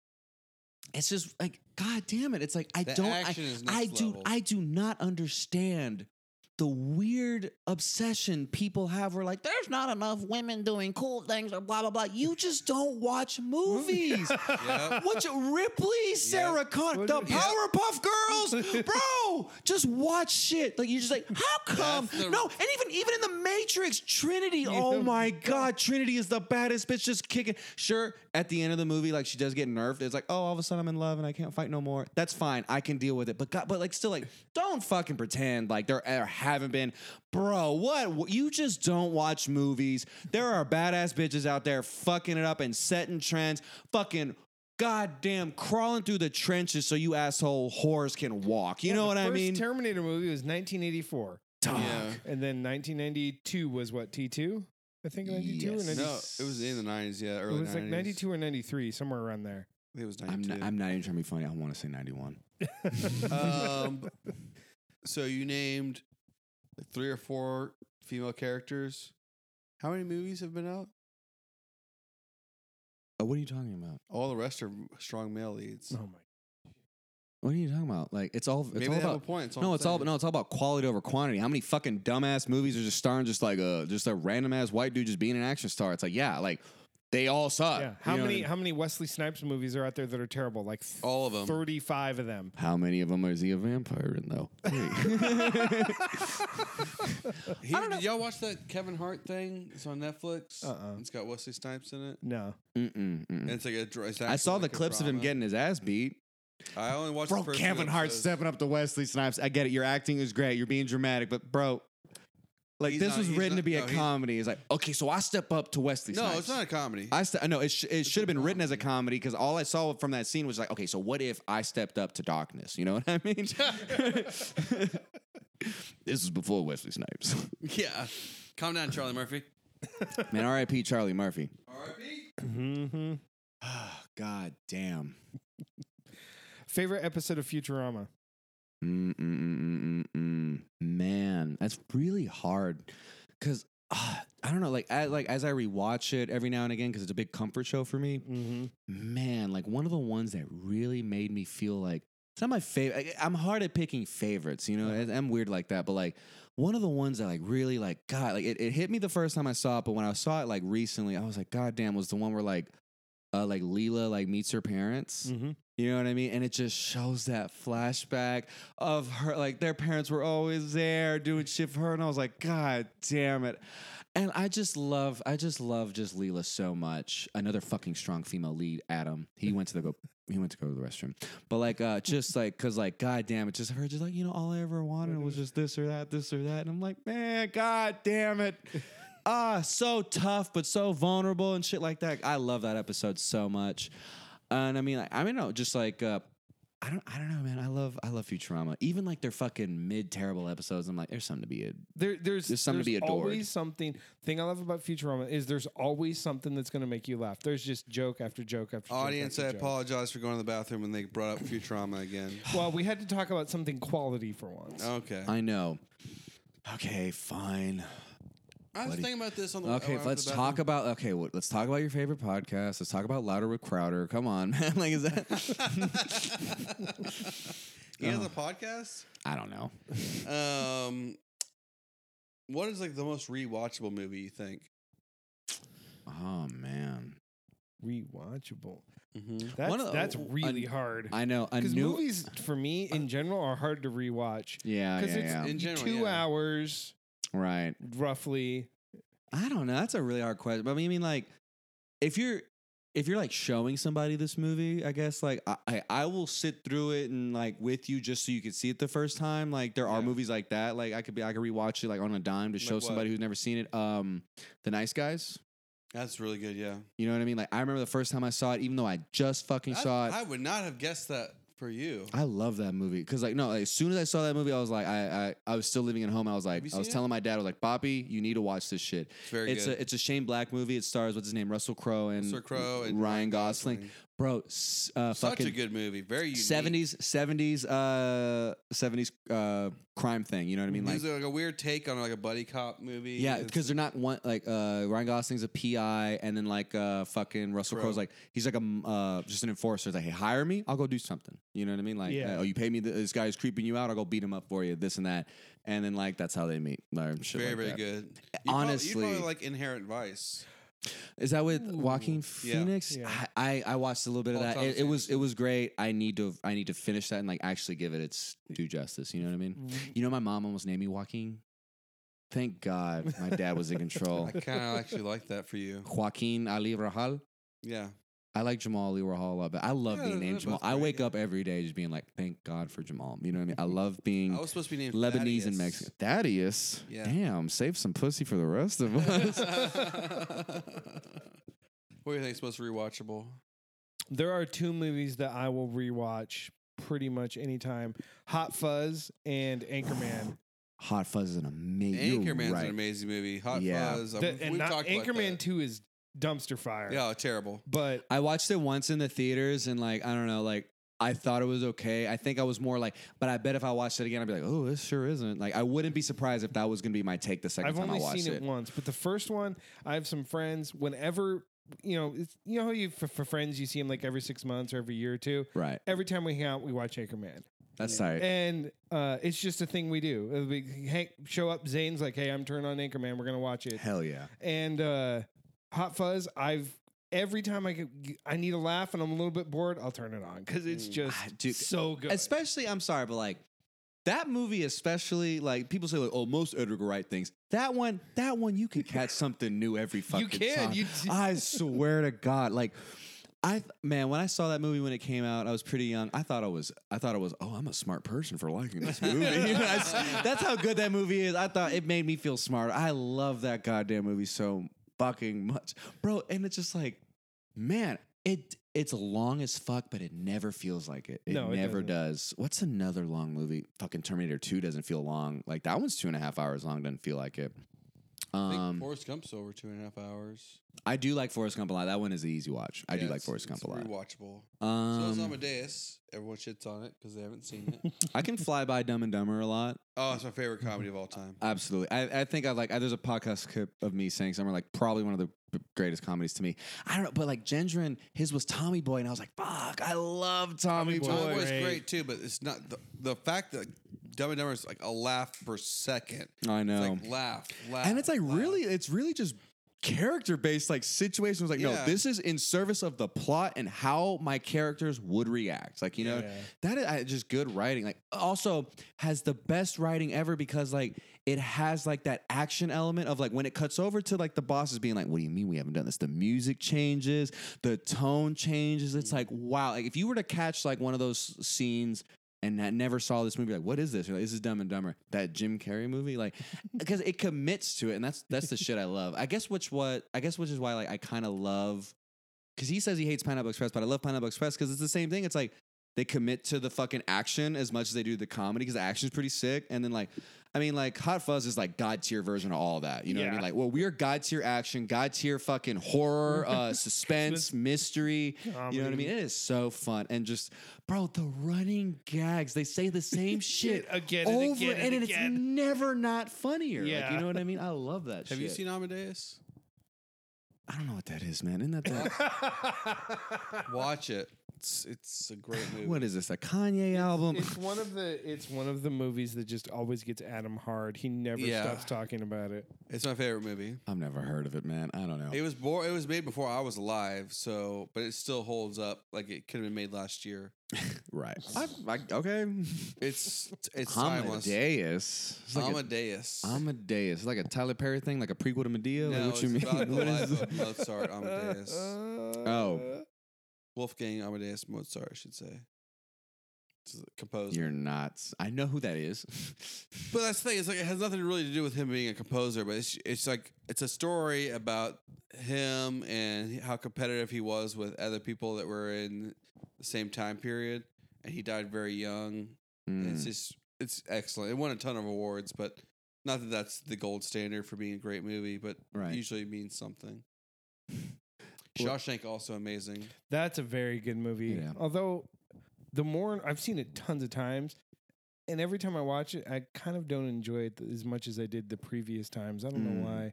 [SPEAKER 3] it's just like, God damn it. It's like, I
[SPEAKER 1] The
[SPEAKER 3] don't, I,
[SPEAKER 1] action is next
[SPEAKER 3] I do,
[SPEAKER 1] level.
[SPEAKER 3] I do not understand the weird obsession people have where like, there's not enough women doing cool things or blah, blah, blah. You just don't watch movies.
[SPEAKER 1] Yep.
[SPEAKER 3] What you, Ripley, Sarah Connor,
[SPEAKER 4] What
[SPEAKER 3] the
[SPEAKER 4] do you-
[SPEAKER 3] Powerpuff Girls, bro? Just watch shit. Like you're just like, how come?
[SPEAKER 1] That's the-
[SPEAKER 3] no, and even even in the Matrix, Trinity. Oh
[SPEAKER 4] Yeah.
[SPEAKER 3] my god, Trinity is the baddest bitch. Just kicking. Sure, at the end of the movie, like she does get nerfed. It's like, oh, all of a sudden I'm in love and I can't fight no more. That's fine. I can deal with it. But God, but like still, like don't fucking pretend like there, there haven't been, bro. What you just don't watch movies. There are badass bitches out there fucking it up and setting trends. Fucking goddamn crawling through the trenches so you asshole whores can walk. You know
[SPEAKER 4] The
[SPEAKER 3] what I
[SPEAKER 4] first
[SPEAKER 3] mean?
[SPEAKER 4] Terminator movie was 1984,
[SPEAKER 3] Dog.
[SPEAKER 1] Yeah.
[SPEAKER 4] and then 1992 was what T2, I think 92 or
[SPEAKER 3] Yes.
[SPEAKER 4] 90,
[SPEAKER 1] No, it was in the nineties. Yeah, early
[SPEAKER 4] it was like
[SPEAKER 1] 90s.
[SPEAKER 4] 92 or 93, somewhere around there.
[SPEAKER 1] I think It was
[SPEAKER 3] I'm
[SPEAKER 1] ninety
[SPEAKER 3] not,
[SPEAKER 1] two.
[SPEAKER 3] I'm not even trying to be funny. I want to say 91.
[SPEAKER 1] Um, so you named like three or four female characters. How many movies have been out?
[SPEAKER 3] Oh, what are you talking about?
[SPEAKER 1] All the rest are strong male leads.
[SPEAKER 4] oh my.
[SPEAKER 3] What are you talking about? Like it's all it's
[SPEAKER 1] Maybe
[SPEAKER 3] all
[SPEAKER 1] they
[SPEAKER 3] about
[SPEAKER 1] have a point. that's
[SPEAKER 3] no,
[SPEAKER 1] I'm
[SPEAKER 3] it's all
[SPEAKER 1] saying.
[SPEAKER 3] no, it's all about quality over quantity. How many fucking dumbass movies are just starring just like a just a random ass white dude just being an action star? It's like yeah, like they all suck.
[SPEAKER 4] yeah.
[SPEAKER 3] uh, You
[SPEAKER 4] How
[SPEAKER 3] know what I Oh, um,
[SPEAKER 4] many
[SPEAKER 3] mean?
[SPEAKER 4] how many Wesley Snipes movies are out there that are terrible? Like th-
[SPEAKER 1] all of them.
[SPEAKER 4] 35 of them.
[SPEAKER 3] How many of them is he a vampire in though?
[SPEAKER 1] He- did y'all watch that Kevin Hart thing? It's on Netflix.
[SPEAKER 4] Uh-uh.
[SPEAKER 1] It's got Wesley Snipes in it.
[SPEAKER 4] No.
[SPEAKER 3] Mm-mm, mm-mm.
[SPEAKER 1] And it's like a. dr- It's
[SPEAKER 3] Mm. I saw
[SPEAKER 1] actually
[SPEAKER 3] the
[SPEAKER 1] like a
[SPEAKER 3] clips of him
[SPEAKER 1] drama.
[SPEAKER 3] getting his ass beat.
[SPEAKER 1] I only watched.
[SPEAKER 3] Bro,
[SPEAKER 1] the first two
[SPEAKER 3] Kevin Hart
[SPEAKER 1] episodes.
[SPEAKER 3] stepping up to Wesley Snipes. I get it. Your acting is great. You're being dramatic, but bro, like
[SPEAKER 1] He's
[SPEAKER 3] this
[SPEAKER 1] not-
[SPEAKER 3] was
[SPEAKER 1] he's
[SPEAKER 3] written to
[SPEAKER 1] not-
[SPEAKER 3] be
[SPEAKER 1] no,
[SPEAKER 3] a
[SPEAKER 1] he's-
[SPEAKER 3] comedy. It's like, okay, so I step up to Wesley
[SPEAKER 1] No,
[SPEAKER 3] Snipes.
[SPEAKER 1] it's not a comedy.
[SPEAKER 3] I st- no, it, sh- it should have been
[SPEAKER 1] a
[SPEAKER 3] written as a comedy because all I saw from that scene was like, okay, so what if I stepped up to darkness? You know what I mean? this was before Wesley Snipes.
[SPEAKER 1] yeah. Calm down, Charlie Murphy.
[SPEAKER 3] Man, R.I.P. Charlie Murphy.
[SPEAKER 1] R.I.P.
[SPEAKER 4] Mm-hmm.
[SPEAKER 3] God damn.
[SPEAKER 4] Favorite episode of Futurama.
[SPEAKER 3] Mm, mm, mm, mm, mm, mm. Man, that's really hard. Cause uh, I don't know, like I, like as I rewatch it every now and again, because it's a big comfort show for me.
[SPEAKER 4] Mm-hmm.
[SPEAKER 3] Man, like one of the ones that really made me feel like it's not my favorite. I'm hard at picking favorites, you know. I- I'm weird like that, but like one of the ones that like really like God, like it, it hit me the first time I saw it, but when I saw it like recently, I was like, God damn, was the one where like uh, like Leela like meets her parents.
[SPEAKER 4] Mm.
[SPEAKER 2] Mhm.
[SPEAKER 3] You know what I mean? And it just shows that flashback of her, like their parents were always there doing shit for her. And I was like, God damn it. And I just love, I just love just Leela so much. Another fucking strong female lead, Adam. He went to the go, he went to go to the restroom. But like, uh, just like, cause like, God damn it. Just her, just like, you know, all I ever wanted was just this or that, this or that. And I'm like, man, God damn it. Ah, so tough, but so vulnerable and shit like that. I love that episode so much. And I mean, like, I mean, no, just like uh, I don't, I don't know, man. I love, I love Futurama. Even like their fucking mid terrible episodes. I'm like, there's something to be. A,
[SPEAKER 4] There, there's
[SPEAKER 3] There's something to be adored.
[SPEAKER 4] always something. Thing I love about Futurama is there's always something that's going to make you laugh. There's just joke after joke after
[SPEAKER 1] Audience, I
[SPEAKER 4] joke after joke.
[SPEAKER 1] apologize for going to the bathroom when they brought up Futurama again.
[SPEAKER 4] Well, we had to talk about something quality for once.
[SPEAKER 3] Oh.
[SPEAKER 1] Okay.
[SPEAKER 3] I know. Okay, fine.
[SPEAKER 1] I was
[SPEAKER 3] Bloody-
[SPEAKER 1] thinking about this on the
[SPEAKER 3] Okay, let's talk about. Okay, well, let's talk about your favorite podcast. Let's talk about Louder with Crowder. Come on, man. Like, is that?
[SPEAKER 1] Yeah, the podcast.
[SPEAKER 3] I don't know.
[SPEAKER 1] Um, what is like the most rewatchable movie you think?
[SPEAKER 3] Oh man,
[SPEAKER 4] Rewatchable.
[SPEAKER 1] Mm-hmm.
[SPEAKER 4] That's,
[SPEAKER 3] of the-
[SPEAKER 4] that's
[SPEAKER 3] an-
[SPEAKER 4] really hard.
[SPEAKER 3] I know a
[SPEAKER 4] Because
[SPEAKER 3] new.
[SPEAKER 4] movies, for me in general, are hard to rewatch.
[SPEAKER 3] yeah, yeah,
[SPEAKER 4] Because it's
[SPEAKER 3] yeah.
[SPEAKER 1] In general,
[SPEAKER 4] two
[SPEAKER 1] yeah.
[SPEAKER 4] hours
[SPEAKER 3] right.
[SPEAKER 4] roughly.
[SPEAKER 3] I don't know. That's a really hard question. But I mean, I mean, like, if you're if you're like showing somebody this movie, I guess like I I, I will sit through it and like with you just so you can see it the first time. Like there are
[SPEAKER 1] Yeah.
[SPEAKER 3] movies like that. Like I could be I could rewatch it like on a dime to show
[SPEAKER 1] what?
[SPEAKER 3] somebody who's never seen it. Um, The Nice Guys.
[SPEAKER 1] That's really good. Yeah,
[SPEAKER 3] You know what I mean? Like I remember the first time I saw it, even though I just fucking
[SPEAKER 1] I,
[SPEAKER 3] saw it.
[SPEAKER 1] I would not have guessed that for you.
[SPEAKER 3] I love that movie because like no, like, as soon as I saw that movie, I was like, I I, I was still living at home. I was like,
[SPEAKER 1] you
[SPEAKER 3] I was
[SPEAKER 1] seen it?
[SPEAKER 3] telling my dad, I was like, Bobby, you need to watch this shit.
[SPEAKER 1] It's very
[SPEAKER 3] it's
[SPEAKER 1] good.
[SPEAKER 3] a it's a Shane Black movie. It stars what's his name, Russell Crowe and
[SPEAKER 1] Russell Crowe and
[SPEAKER 3] Ryan
[SPEAKER 1] Ryan
[SPEAKER 3] Gosling.
[SPEAKER 1] Gosling.
[SPEAKER 3] Bro, s- uh,
[SPEAKER 1] Such a
[SPEAKER 3] fucking
[SPEAKER 1] good movie. Very unique.
[SPEAKER 3] seventies seventies uh seventies uh crime thing. You know what I mean?
[SPEAKER 1] It
[SPEAKER 3] Like
[SPEAKER 1] was like a weird take on like a buddy cop movie.
[SPEAKER 3] yeah,
[SPEAKER 1] It's-
[SPEAKER 3] because they're not one like uh Ryan Gosling's a PI, and then like uh fucking Russell
[SPEAKER 1] Crowe.
[SPEAKER 3] Crowe's like he's like a m- uh just an enforcer. He's like hey, hire me, I'll go do something. You know what I mean? Like
[SPEAKER 4] Yeah.
[SPEAKER 3] uh, oh, you pay me. th- This guy's creeping you out. I'll go beat him up for you. This and that, and then like that's how they meet. Like, shit
[SPEAKER 1] very
[SPEAKER 3] like
[SPEAKER 1] very
[SPEAKER 3] that.
[SPEAKER 1] good. You
[SPEAKER 3] Honestly.
[SPEAKER 1] probably, you probably like Inherent Vice.
[SPEAKER 3] Is that with Joaquin
[SPEAKER 1] yeah.
[SPEAKER 3] Phoenix?
[SPEAKER 4] Yeah.
[SPEAKER 3] I, I I watched a little bit of
[SPEAKER 1] Paul
[SPEAKER 3] that.
[SPEAKER 1] Thomas
[SPEAKER 3] It, it was it was great. I need to I need to finish that and like actually give it its due justice. You know what I
[SPEAKER 1] Mm.
[SPEAKER 3] mean? You know my mom almost named me Joaquin. Thank God my dad was in control.
[SPEAKER 1] I kind of actually like that for you.
[SPEAKER 3] Joaquin Ali Rahal.
[SPEAKER 1] Yeah,
[SPEAKER 3] I like Jamal Ali Rahal a lot, but I love
[SPEAKER 1] Yeah,
[SPEAKER 3] being
[SPEAKER 1] they're
[SPEAKER 3] named
[SPEAKER 1] both
[SPEAKER 3] Jamal. I
[SPEAKER 1] great,
[SPEAKER 3] wake
[SPEAKER 1] yeah.
[SPEAKER 3] up every day just being like, thank God for Jamal. You know what I mean? I love being
[SPEAKER 1] I was supposed to be named
[SPEAKER 3] Lebanese
[SPEAKER 1] Thaddeus.
[SPEAKER 3] and Mexican. Thaddeus.
[SPEAKER 1] Yeah.
[SPEAKER 3] Damn, save some pussy for the rest of us.
[SPEAKER 1] what do you think's most rewatchable?
[SPEAKER 4] There are two movies that I will rewatch pretty much anytime Hot Fuzz and Anchorman.
[SPEAKER 3] Hot Fuzz is an amazing.
[SPEAKER 1] Anchorman's
[SPEAKER 3] right.
[SPEAKER 1] an amazing movie. Hot
[SPEAKER 3] Yeah.
[SPEAKER 1] Fuzz.
[SPEAKER 4] The-
[SPEAKER 1] I've-
[SPEAKER 4] and
[SPEAKER 1] we've
[SPEAKER 4] not,
[SPEAKER 1] talked about
[SPEAKER 4] Anchorman
[SPEAKER 1] that.
[SPEAKER 4] 2 is dumpster fire.
[SPEAKER 1] Yeah, terrible.
[SPEAKER 4] But
[SPEAKER 3] I watched it once in the theaters and like I don't know, like I thought it was okay. I think I was more like, but I bet if I watched it again, I'd be like, oh, this sure isn't. Like I wouldn't be surprised if that was gonna be my take the 2nd
[SPEAKER 4] I've
[SPEAKER 3] time I
[SPEAKER 4] only
[SPEAKER 3] watched
[SPEAKER 4] seen it,
[SPEAKER 3] it.
[SPEAKER 4] once, but the first one, I have some friends. Whenever you know, it's, you know how you for, for friends you see them like every six months or every year or two.
[SPEAKER 3] Right.
[SPEAKER 4] Every time we hang out, we watch Anchorman,
[SPEAKER 3] That's tight.
[SPEAKER 4] and uh, it's just a thing we do. Uh, We hang, show up. Zane's like, "Hey, I'm turning on Anchorman. We're gonna watch it."
[SPEAKER 3] Hell yeah.
[SPEAKER 4] And uh, Hot Fuzz, I've every time I get, I need a laugh and I'm a little bit bored, I'll turn it on because it's just
[SPEAKER 3] Ah, dude,
[SPEAKER 4] so good.
[SPEAKER 3] Especially, I'm sorry, but like that movie, especially like people say, like, oh, most Edgar Wright things. That one, that one, you can catch something new every fucking Ah,
[SPEAKER 4] can,
[SPEAKER 3] time.
[SPEAKER 4] you do.
[SPEAKER 3] I swear to God, like. I th- man, when I saw that movie when it came out, I was pretty young. I thought I was, I thought I was. Oh, I'm a smart person for liking this movie. You know, I s- that's how good that movie is. I thought it made me feel smart. I love that goddamn movie so fucking much, bro. And it's just like, man, it it's long as fuck, but it never feels like it. It
[SPEAKER 4] No, it
[SPEAKER 3] never
[SPEAKER 4] doesn't.
[SPEAKER 3] does. What's another long movie? Fucking Terminator Two doesn't feel long. Like that one's two and a half hours long. Doesn't feel like it.
[SPEAKER 1] I think
[SPEAKER 3] Um,
[SPEAKER 1] Forrest Gump's over two and a half hours.
[SPEAKER 3] I do like Forrest Gump a lot. That one is the easy watch. I
[SPEAKER 1] Yeah,
[SPEAKER 3] do like
[SPEAKER 1] it's-
[SPEAKER 3] Forrest
[SPEAKER 1] it's
[SPEAKER 3] Gump a lot.
[SPEAKER 1] Rewatchable. so is
[SPEAKER 3] Um,
[SPEAKER 1] Amadeus. Everyone shits on it because they haven't seen it.
[SPEAKER 3] I can fly by Dumb and Dumber a lot.
[SPEAKER 1] oh, it's my favorite comedy of all time.
[SPEAKER 3] Absolutely. I, I think I like, I, there's a podcast clip of me saying somewhere like probably one of the b- greatest comedies to me. I don't know, but like Gendron, his was Tommy Boy, and I was like, fuck, I love Tommy, Boy.
[SPEAKER 1] Tommy Boy's great too, but it's not the, the fact that Dumb and Dumber is like a laugh per second.
[SPEAKER 3] I know.
[SPEAKER 1] It's like laugh, laugh,
[SPEAKER 3] Um, and it's like
[SPEAKER 1] laugh.
[SPEAKER 3] really, it's really just character based like situation. I was like, no,
[SPEAKER 1] Yeah.
[SPEAKER 3] this is in service of the plot and how my characters would react. Like, you know,
[SPEAKER 4] Yeah.
[SPEAKER 3] that is I- just good writing. Like, also has the best writing ever because like it has like that action element of like when it cuts over to like the bosses being like, what do you mean we haven't done this? The music changes, the tone changes. It's like wow. Like if you were to catch like one of those scenes and I never saw this movie. Like, what is this? You're like, this is Dumb and Dumber, that Jim Carrey movie. Like, because it commits to it, and that's that's the shit I love. I guess which what I guess which is why like I kind of love because he says he hates Pineapple Express, but I love Pineapple Express because it's the same thing. It's like they commit to the fucking action as much as they do the comedy because the action's pretty sick, and then like. I mean, like Hot Fuzz is like god tier version of all that. You know what I
[SPEAKER 4] Yeah.
[SPEAKER 3] mean? Like, well, we are god tier action, god tier fucking horror, uh, suspense, mystery. You know what I
[SPEAKER 4] Comedy.
[SPEAKER 3] mean? It is so fun and just, bro, the running gags. They say the same shit
[SPEAKER 4] again and
[SPEAKER 3] over
[SPEAKER 4] again and
[SPEAKER 3] it's
[SPEAKER 4] again.
[SPEAKER 3] never not funnier. Like,
[SPEAKER 4] Yeah.
[SPEAKER 3] you know what I mean? I love that.
[SPEAKER 1] Have you
[SPEAKER 3] shit.
[SPEAKER 1] seen Amadeus?
[SPEAKER 3] I don't know what that is, man. Isn't that that?
[SPEAKER 1] Watch it. It's it's a great movie.
[SPEAKER 3] what is this? A Kanye album?
[SPEAKER 4] it's one of the it's one of the movies that just always gets Adam hard. He never
[SPEAKER 1] Yeah.
[SPEAKER 4] stops talking about it.
[SPEAKER 1] It's my favorite movie.
[SPEAKER 3] I've never heard of it, man. I don't know.
[SPEAKER 1] It was bor- It was made before I was alive, so but it still holds up. Like it could have been made last year.
[SPEAKER 3] right. I, I, okay.
[SPEAKER 1] It's it's timeless.
[SPEAKER 3] Amadeus. It's like
[SPEAKER 1] Amadeus.
[SPEAKER 3] a, Amadeus. It's like a Tyler Perry thing, like a prequel to Medea.
[SPEAKER 1] no,
[SPEAKER 3] like, what you
[SPEAKER 1] it's
[SPEAKER 3] mean?
[SPEAKER 1] about the
[SPEAKER 3] What is
[SPEAKER 1] life
[SPEAKER 3] this?
[SPEAKER 1] of Mozart. Amadeus.
[SPEAKER 3] Oh.
[SPEAKER 1] Wolfgang Amadeus Mozart, I should say. It's a Composer.
[SPEAKER 3] You're not. s- I know who that is.
[SPEAKER 1] But that's the thing. It's like it has nothing really to do with him being a composer, but it's it's like it's a story about him and how competitive he was with other people that were in the same time period, and he died very young. And
[SPEAKER 3] Mm.
[SPEAKER 1] It's just it's excellent. It won a ton of awards, but not that that's the gold standard for being a great movie, but
[SPEAKER 3] Right.
[SPEAKER 1] usually means something.
[SPEAKER 3] Well-
[SPEAKER 1] Shawshank also amazing.
[SPEAKER 4] That's a very good movie.
[SPEAKER 3] Yeah.
[SPEAKER 4] Although the more I've seen it tons of times, and every time I watch it, I kind of don't enjoy it as much as I did the previous times. I don't
[SPEAKER 3] Mm.
[SPEAKER 4] know why.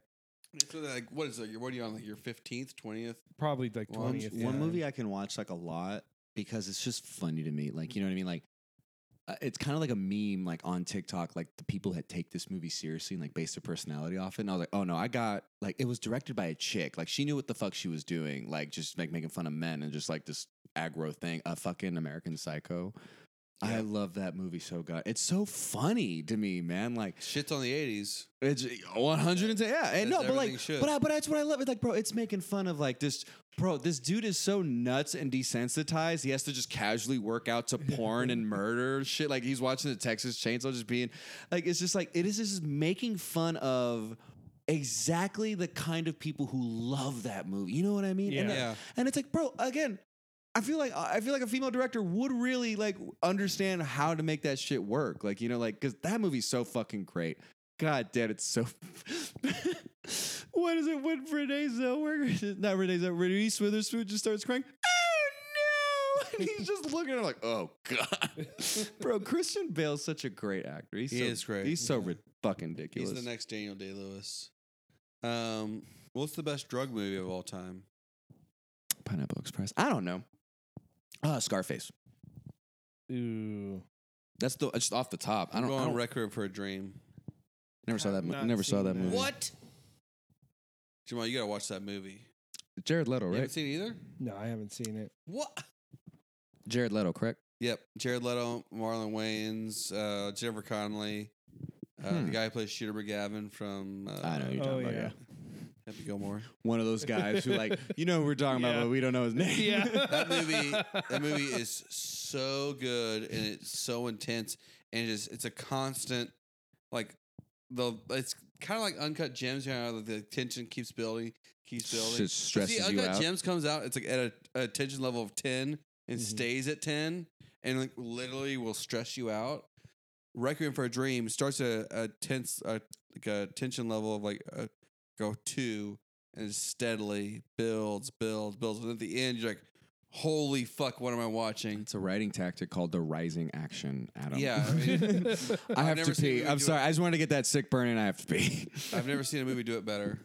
[SPEAKER 1] So like what is it? What are you on like your fifteenth, twentieth?
[SPEAKER 4] Probably like
[SPEAKER 1] Well, I'm-
[SPEAKER 4] twentieth.
[SPEAKER 1] Yeah.
[SPEAKER 3] One movie I can watch like a lot because it's just funny to me. Like, you know what I mean? Like, uh, it's kind of like a meme, like on TikTok, like the people that take this movie seriously and like base their personality off it. And I was like, oh no, I got like it was directed by a chick. Like she knew what the fuck she was doing. Like just like making fun of men and just like this aggro thing. A fucking American Psycho. I
[SPEAKER 1] Yeah.
[SPEAKER 3] love that movie so god. It's so funny to me, man. Like
[SPEAKER 1] Shit's on the eighties.
[SPEAKER 3] it's 110. Yeah, and no,
[SPEAKER 1] That's
[SPEAKER 3] but
[SPEAKER 1] everything
[SPEAKER 3] like,
[SPEAKER 1] should.
[SPEAKER 3] but I, but that's what I love. It's like, bro, it's making fun of like this. Bro, this dude is so nuts and desensitized. He has to just casually work out to porn and murder and shit. Like he's watching the Texas Chainsaw, just being like, it's just like it is just making fun of exactly the kind of people who love that movie. You know what I mean? And
[SPEAKER 4] Yeah.
[SPEAKER 3] that- and it's like, bro, again, I feel like I feel like a female director would really like understand how to make that shit work. Like, you know, like because that movie's so fucking great. God damn, it's so. what is it when Renee Zellweger, not Renee Zellweger, Reese Witherspoon just starts crying? Oh no! And he's just looking at her like, oh god, bro. Christian Bale's such a great actor. He's
[SPEAKER 1] He
[SPEAKER 3] so,
[SPEAKER 1] is great.
[SPEAKER 3] He's so
[SPEAKER 1] Yeah.
[SPEAKER 3] rid fucking ridiculous.
[SPEAKER 1] He's the next Daniel Day Lewis. Um, what's the best drug movie of all time?
[SPEAKER 3] Pineapple Express. I don't know. Uh, Scarface.
[SPEAKER 4] Ooh.
[SPEAKER 3] That's the just off the top. I don't.
[SPEAKER 1] Go
[SPEAKER 3] I
[SPEAKER 1] on
[SPEAKER 3] don't
[SPEAKER 1] record for a dream.
[SPEAKER 3] never saw
[SPEAKER 4] Have
[SPEAKER 3] that. mo-
[SPEAKER 4] not
[SPEAKER 3] Never saw
[SPEAKER 4] seen
[SPEAKER 3] that
[SPEAKER 4] that.
[SPEAKER 3] movie.
[SPEAKER 1] What? Jamal, you gotta watch that movie.
[SPEAKER 3] Jared Leto,
[SPEAKER 1] You
[SPEAKER 3] right?
[SPEAKER 1] haven't seen it either?
[SPEAKER 4] No, I haven't seen it.
[SPEAKER 1] What?
[SPEAKER 3] Jared Leto, correct?
[SPEAKER 1] Yep. Jared Leto, Marlon Wayans, uh, Jennifer Connelly, uh,
[SPEAKER 3] Hmm.
[SPEAKER 1] the guy who plays Shooter McGavin from uh,
[SPEAKER 3] I know who you're
[SPEAKER 4] Oh,
[SPEAKER 3] talking
[SPEAKER 4] yeah.
[SPEAKER 3] about.
[SPEAKER 1] yeah. Happy Gilmore.
[SPEAKER 3] One of those guys who, like, you know, who we're talking
[SPEAKER 4] Yeah.
[SPEAKER 3] about, but we don't know his name.
[SPEAKER 1] That movie- That movie is so good and it's so intense and it is it's a constant like the it's kind of like uncut gems. You know, the tension keeps building, keeps building.
[SPEAKER 3] Shit
[SPEAKER 1] But see,
[SPEAKER 3] stresses you
[SPEAKER 1] Uncut
[SPEAKER 3] out. Mm-hmm.
[SPEAKER 1] Gems comes out. It's like at a, a tension level of ten and
[SPEAKER 4] Mhm.
[SPEAKER 1] stays at ten, and like literally will stress you out. Requiem for a Dream starts at a tense, a, like a tension level of like a go two, and steadily builds, builds, builds, and at the end you're like, "Holy fuck, what am I watching?"
[SPEAKER 3] It's a writing tactic called the rising action, Adam.
[SPEAKER 1] Yeah, I mean,
[SPEAKER 3] I have
[SPEAKER 1] never
[SPEAKER 3] to
[SPEAKER 1] seen a
[SPEAKER 3] pee.
[SPEAKER 1] movie
[SPEAKER 3] I'm
[SPEAKER 1] do
[SPEAKER 3] sorry.
[SPEAKER 1] it.
[SPEAKER 3] I just wanted to get that sick burn and I have to pee.
[SPEAKER 1] I've never seen a movie do it better.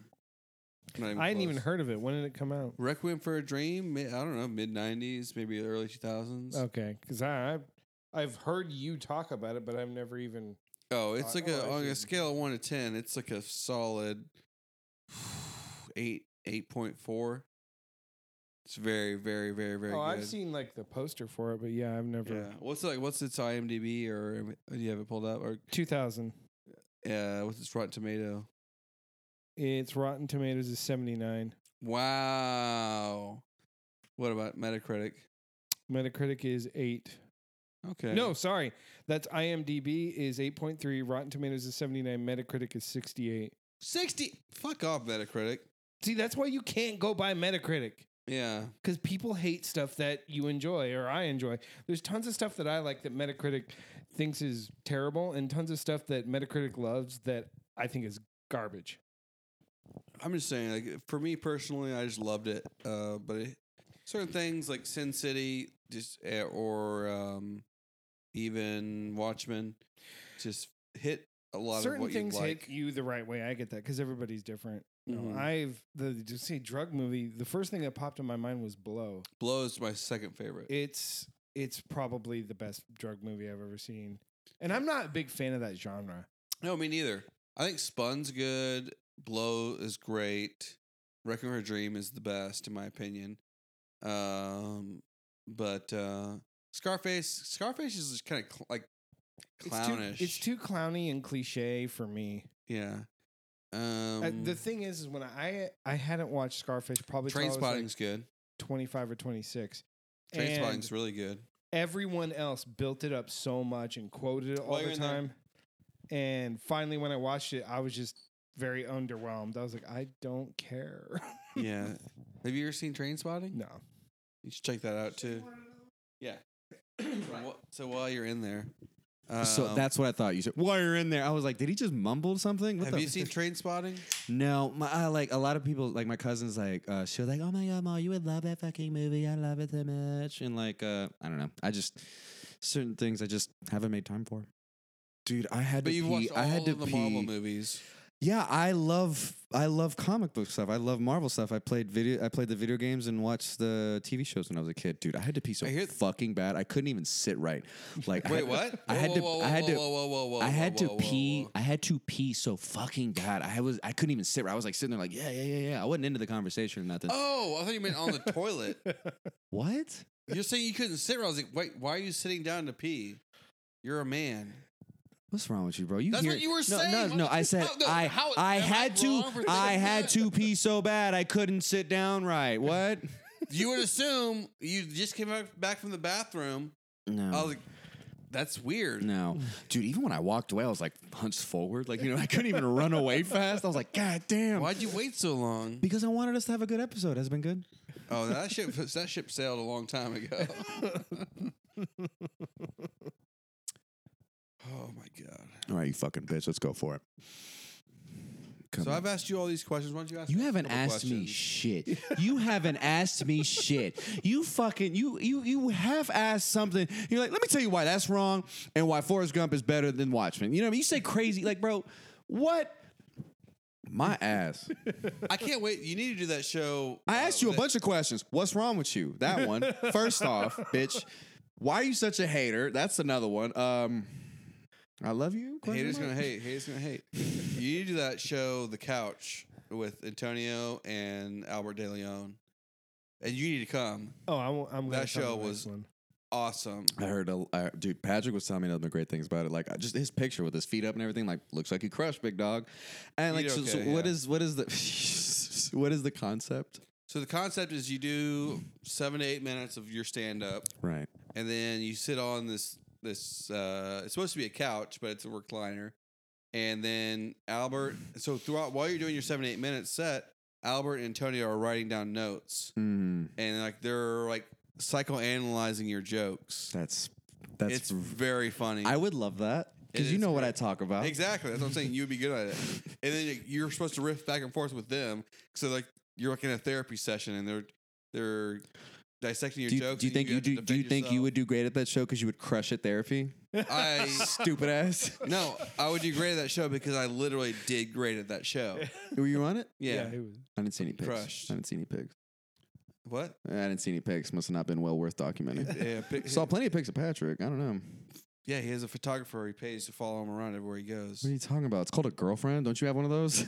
[SPEAKER 1] Not
[SPEAKER 4] I hadn't even
[SPEAKER 1] close.
[SPEAKER 4] heard of it. When did it come out?
[SPEAKER 1] Requiem for a Dream. mi- I don't know, mid '90s, maybe early 2000s.
[SPEAKER 4] Okay, because I, I I've heard you talk about it, but I've never even.
[SPEAKER 1] Oh, it's
[SPEAKER 4] Uh,
[SPEAKER 1] like a
[SPEAKER 4] oh, I
[SPEAKER 1] on a
[SPEAKER 4] should-
[SPEAKER 1] scale of one to ten, it's like a solid eight eight point four. It's very very very very
[SPEAKER 4] Oh,
[SPEAKER 1] good.
[SPEAKER 4] I've seen like the poster for it, but yeah, I've never.
[SPEAKER 1] Yeah. What's like? What's its IMDb or do you have it pulled up or
[SPEAKER 4] 2000.
[SPEAKER 1] uh, what's its Rotten Tomato?
[SPEAKER 4] It's Rotten Tomatoes is 79.
[SPEAKER 1] Wow. What about Metacritic?
[SPEAKER 4] Metacritic is 8.
[SPEAKER 1] Okay.
[SPEAKER 4] No, sorry. That's IMDb is 8.3. Rotten Tomatoes is 79. Metacritic is 68.
[SPEAKER 1] sixty. Fuck off, Metacritic.
[SPEAKER 4] See, that's why you can't go by Metacritic
[SPEAKER 1] Yeah.
[SPEAKER 4] because people hate stuff that you enjoy or I enjoy. There's tons of stuff that I like that Metacritic thinks is terrible and tons of stuff that Metacritic loves that I think is garbage.
[SPEAKER 1] I'm just saying, like for me personally, I just loved it. Uh, but it, certain things like Sin City, just eh, or um, even Watchmen, just hit a lot of
[SPEAKER 4] Certain
[SPEAKER 1] what you
[SPEAKER 4] things
[SPEAKER 1] like.
[SPEAKER 4] hit you the right way. I get that because everybody's different. No,
[SPEAKER 1] Mhm.
[SPEAKER 4] I've the just say drug movie. The first thing that popped in my mind was Blow.
[SPEAKER 1] Blow is my second favorite.
[SPEAKER 4] It's it's probably the best drug movie I've ever seen, and I'm not a big fan of that genre.
[SPEAKER 1] no, me neither. I think Spun's good. Blow is great. Wrecking Her Dream is the best, in my opinion. Um, but uh, Scarface, Scarface is just kind of cl- like clownish.
[SPEAKER 4] It's too, it's too clowny and cliche for me.
[SPEAKER 1] yeah. Um,
[SPEAKER 4] Uh, the thing is, is when I I hadn't watched Scarfish probably till I
[SPEAKER 1] Train
[SPEAKER 4] was like
[SPEAKER 1] Spotting's good.
[SPEAKER 4] 25 or 26.
[SPEAKER 1] Train
[SPEAKER 4] And
[SPEAKER 1] Spotting's really good.
[SPEAKER 4] everyone else built it up so much and quoted it all
[SPEAKER 1] While you're
[SPEAKER 4] the
[SPEAKER 1] in there.
[SPEAKER 4] time. And finally, when I watched it, I was just very underwhelmed. I was like, I don't care.
[SPEAKER 1] Yeah. Have you ever seen Train Spotting?
[SPEAKER 4] no.
[SPEAKER 1] You should check that out too. Yeah. Wha- So while you're in there, um,
[SPEAKER 3] so that's what I thought you said. While you're in there, I was like, did he just mumble something? What
[SPEAKER 1] have
[SPEAKER 3] the
[SPEAKER 1] you seen Train Spotting?
[SPEAKER 3] No, my, I, like a lot of people, like my cousins, like uh, she was like, "Oh my god, Ma, you would love that fucking movie. I love it so much." And like, uh, I don't know, I just certain things I just haven't made time for. Dude, I had
[SPEAKER 1] But
[SPEAKER 3] to
[SPEAKER 1] you've
[SPEAKER 3] pee.
[SPEAKER 1] watched all
[SPEAKER 3] I had to
[SPEAKER 1] of the
[SPEAKER 3] pee.
[SPEAKER 1] Marvel movies.
[SPEAKER 3] Yeah, I love I love comic book stuff. I love Marvel stuff. I played video. I played the video games and watched the TV shows when I was a kid. Dude, I had to pee so
[SPEAKER 1] I hear-
[SPEAKER 3] fucking bad. I couldn't even sit right. Like, I
[SPEAKER 1] Wait,
[SPEAKER 3] had-
[SPEAKER 1] what?
[SPEAKER 3] I had
[SPEAKER 1] Whoa,
[SPEAKER 3] to.
[SPEAKER 1] whoa,
[SPEAKER 3] I had
[SPEAKER 1] whoa,
[SPEAKER 3] to.
[SPEAKER 1] Whoa, whoa, whoa, whoa,
[SPEAKER 3] I had
[SPEAKER 1] whoa,
[SPEAKER 3] to
[SPEAKER 1] whoa,
[SPEAKER 3] pee.
[SPEAKER 1] whoa.
[SPEAKER 3] I had to pee so fucking bad. I was. I couldn't even sit. Right. I was like sitting there, like yeah, yeah, yeah, yeah. I wasn't into the conversation or nothing.
[SPEAKER 1] Oh, I thought you meant on the toilet.
[SPEAKER 3] What?
[SPEAKER 1] You're saying you couldn't sit. I was like, wait, why are you sitting down to pee? You're a man.
[SPEAKER 3] What's wrong with you, bro? You
[SPEAKER 1] That's
[SPEAKER 3] hear,
[SPEAKER 1] what you were
[SPEAKER 3] no,
[SPEAKER 1] saying.
[SPEAKER 3] No, no, I said
[SPEAKER 1] No, no,
[SPEAKER 3] I.
[SPEAKER 1] how-
[SPEAKER 3] I
[SPEAKER 1] am I
[SPEAKER 3] had to.
[SPEAKER 1] wrong for thinking
[SPEAKER 3] I had
[SPEAKER 1] that?
[SPEAKER 3] to pee so bad I couldn't sit down right. What?
[SPEAKER 1] You would assume you just came back- back from the bathroom.
[SPEAKER 3] No.
[SPEAKER 1] I was like, "Hmm." that's weird.
[SPEAKER 3] No, dude. Even when I walked away, I was like hunched forward, like you know, I couldn't even run away fast. I was like, God damn!
[SPEAKER 1] Why'd you wait so long?
[SPEAKER 3] Because I wanted us to have a good episode. Has it been good.
[SPEAKER 1] Oh, that ship that ship sailed a long time ago. oh my god!
[SPEAKER 3] All right, you fucking bitch. Let's go for it. Come
[SPEAKER 1] So
[SPEAKER 3] on.
[SPEAKER 1] I've asked you all these questions. Why don't you ask?
[SPEAKER 3] You
[SPEAKER 1] me a
[SPEAKER 3] haven't
[SPEAKER 1] couple
[SPEAKER 3] asked me
[SPEAKER 1] questions?
[SPEAKER 3] shit. You haven't asked me shit. You fucking you you you have asked something. You're like, let me tell you why that's wrong and why Forrest Gump is better than Watchmen. You know what I mean? You say crazy like, bro, what? My ass.
[SPEAKER 1] I can't wait. You need to do that show.
[SPEAKER 3] I
[SPEAKER 1] uh,
[SPEAKER 3] asked you a
[SPEAKER 1] that-
[SPEAKER 3] bunch of questions. What's wrong with you? That one. First off, bitch, why are you such a hater? That's another one. Um, I love you. question
[SPEAKER 1] Haters
[SPEAKER 3] mark?
[SPEAKER 1] gonna hate. Haters gonna hate. you need to do that show, The Couch, with Antonio and Albert De Leon, and you need to come.
[SPEAKER 4] Oh, I'm, I'm
[SPEAKER 1] That
[SPEAKER 4] gonna come to
[SPEAKER 1] show
[SPEAKER 4] the next
[SPEAKER 1] was-
[SPEAKER 4] one.
[SPEAKER 1] Awesome.
[SPEAKER 3] I heard, a, I, dude. Patrick was telling me nothing but great things about it. Like I- just his picture with his feet up and everything. Like looks like he crushed big dog. And like,
[SPEAKER 1] He
[SPEAKER 3] so,
[SPEAKER 1] did
[SPEAKER 3] so
[SPEAKER 1] okay,
[SPEAKER 3] what
[SPEAKER 1] yeah.
[SPEAKER 3] is what is the what is the concept?
[SPEAKER 1] So the concept is you do seven to eight minutes of your stand up.
[SPEAKER 3] Right.
[SPEAKER 1] and then you sit on this this uh it's supposed to be a couch but it's a recliner and then albert so throughout while you're doing your seven eight minute set albert and antonio are writing down notes
[SPEAKER 3] Mm,
[SPEAKER 1] and like they're like psychoanalyzing your jokes
[SPEAKER 3] that's that's.
[SPEAKER 1] it's very funny
[SPEAKER 3] I would love that because
[SPEAKER 1] It
[SPEAKER 3] you
[SPEAKER 1] is
[SPEAKER 3] know what
[SPEAKER 1] great.
[SPEAKER 3] I talk about.
[SPEAKER 1] exactly that's what i'm saying you'd be good at it and then you're supposed to riff back and forth with them so like you're like in a therapy session and they're they're dissecting your
[SPEAKER 3] Do you,
[SPEAKER 1] jokes
[SPEAKER 3] do you
[SPEAKER 1] and
[SPEAKER 3] think you
[SPEAKER 1] have to
[SPEAKER 3] do? Do you
[SPEAKER 1] defend
[SPEAKER 3] think you would
[SPEAKER 1] yourself.
[SPEAKER 3] do great at that show because you would crush at therapy?
[SPEAKER 1] i
[SPEAKER 3] Stupid ass.
[SPEAKER 1] No, I would do great at that show because I literally did great at that show.
[SPEAKER 3] Were you on it?
[SPEAKER 1] Yeah.
[SPEAKER 4] it was-
[SPEAKER 3] I didn't see any pics.
[SPEAKER 1] Crushed.
[SPEAKER 3] I didn't see any pics.
[SPEAKER 1] What?
[SPEAKER 3] I didn't see any pics. Must have not been well worth documenting.
[SPEAKER 1] Yeah. Pick,
[SPEAKER 3] Saw plenty of pics of Patrick. I don't know.
[SPEAKER 1] Yeah, he has a photographer. He pays to follow him around everywhere he goes.
[SPEAKER 3] What are you talking about? It's called a girlfriend. Don't you have one of those?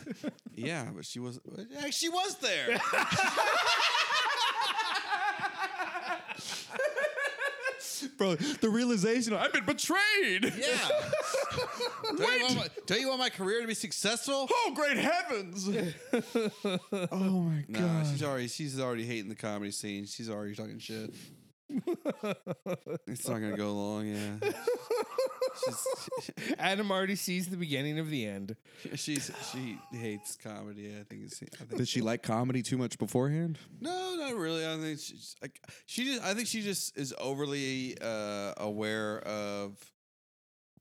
[SPEAKER 1] Yeah, but she was. Hey, she was there.
[SPEAKER 3] Bro, the realization of, I've been betrayed.
[SPEAKER 1] yeah. Don't you, want my, don't you want my career to be successful?
[SPEAKER 3] Oh, great heavens. oh my
[SPEAKER 1] No, nah, she's already she's already hating the comedy scene. She's already talking shit. it's not gonna go long. Yeah,
[SPEAKER 4] Adam already sees the beginning of the end.
[SPEAKER 1] she's she hates comedy. I think. It's, I think
[SPEAKER 3] Did she like comedy too much beforehand?
[SPEAKER 1] no, not really. I don't think she's like she just. I think she just is overly uh, aware of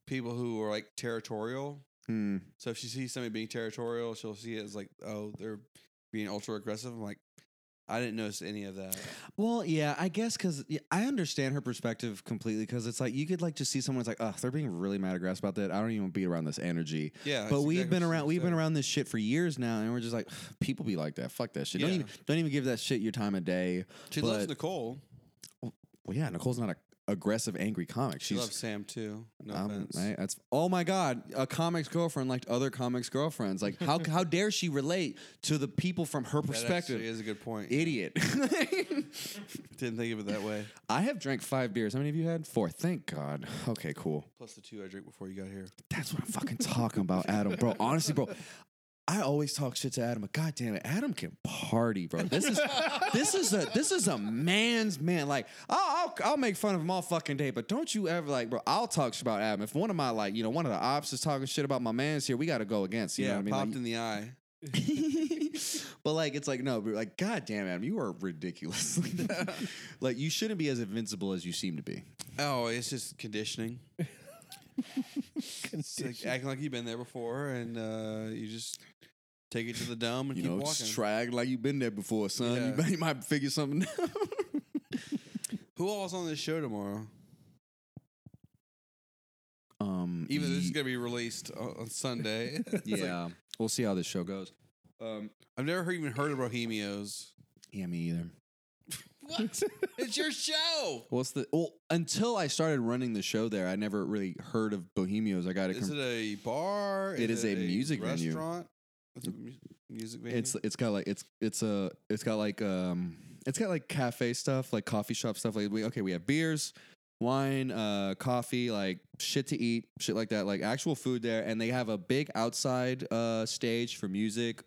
[SPEAKER 1] people who are like territorial.
[SPEAKER 3] Hmm.
[SPEAKER 1] So if she sees somebody being territorial, she'll see it as like, oh, they're being ultra aggressive. I'm like, I didn't notice any of that.
[SPEAKER 3] Well, yeah, I guess because I understand her perspective completely because it's like you could like just see someone's like, oh, they're being really mad aggressive about that. I don't even want to be around this energy.
[SPEAKER 1] Yeah,
[SPEAKER 3] but
[SPEAKER 1] that's
[SPEAKER 3] we've
[SPEAKER 1] exactly
[SPEAKER 3] been
[SPEAKER 1] what
[SPEAKER 3] around
[SPEAKER 1] she
[SPEAKER 3] we've been
[SPEAKER 1] said.
[SPEAKER 3] around this shit for years now, and we're just like, people be like that. Fuck that shit. Don't
[SPEAKER 1] Yeah.
[SPEAKER 3] even don't even give that shit your time of day.
[SPEAKER 1] She
[SPEAKER 3] but,
[SPEAKER 1] loves Nicole.
[SPEAKER 3] Well, yeah, Nicole's not a aggressive, angry comic.
[SPEAKER 1] She
[SPEAKER 3] She's
[SPEAKER 1] loves Sam too. No
[SPEAKER 3] um,
[SPEAKER 1] offense.
[SPEAKER 3] right, that's oh my god, a comics girlfriend like other comics girlfriends. Like how how dare she relate to the people from her
[SPEAKER 1] That actually
[SPEAKER 3] perspective?
[SPEAKER 1] is a good point.
[SPEAKER 3] Idiot.
[SPEAKER 1] Didn't think of it that way.
[SPEAKER 3] I have drank five beers. How many of you had? Four. Thank God. Okay, cool.
[SPEAKER 1] Plus the two I drank before you got here.
[SPEAKER 3] That's what I'm fucking talking about, Adam, bro. Honestly, bro. I always talk shit to Adam, but god damn it, Adam can party, bro. This is this is a this is a man's man. Like, I'll, I'll I'll make fun of him all fucking day, but don't you ever like, bro? I'll talk shit about Adam. If one of my like, you know, one of the ops is talking shit about my man's here, we got to go against. You
[SPEAKER 1] yeah,
[SPEAKER 3] know what I
[SPEAKER 1] popped
[SPEAKER 3] mean? Like,
[SPEAKER 1] in the eye.
[SPEAKER 3] but like, it's like no, bro, like, god damn, Adam, you are ridiculous. like, you shouldn't be as invincible as you seem to be.
[SPEAKER 1] Oh, it's just conditioning. It's like acting like you've been there before, and uh, you just take it to the dome and
[SPEAKER 3] You
[SPEAKER 1] keep
[SPEAKER 3] know,
[SPEAKER 1] walking.
[SPEAKER 3] just try act like you've been there before, son. You,
[SPEAKER 1] Yeah.
[SPEAKER 3] might, you might figure something out.
[SPEAKER 1] Who all's on this show tomorrow?
[SPEAKER 3] Um,
[SPEAKER 1] Even though this is
[SPEAKER 3] ye-
[SPEAKER 1] gonna be released o- on Sunday. It's like,
[SPEAKER 3] yeah, we'll see how this show goes.
[SPEAKER 1] um, I've never heard, even heard of Bohemios.
[SPEAKER 3] Yeah, me either.
[SPEAKER 1] What? it's your show.
[SPEAKER 3] What's the well? Until I started running the show there, I never really heard of Bohemios. I got
[SPEAKER 1] Is it a bar?
[SPEAKER 3] It is a music venue.
[SPEAKER 1] restaurant? It's a mu- music venue.
[SPEAKER 3] It's it's got like it's it's a it's got like um it's got like cafe stuff, like coffee shop stuff. Like we okay, we have beers, wine, uh, coffee, like shit to eat, shit like that, like actual food there, and they have a big outside uh stage for music.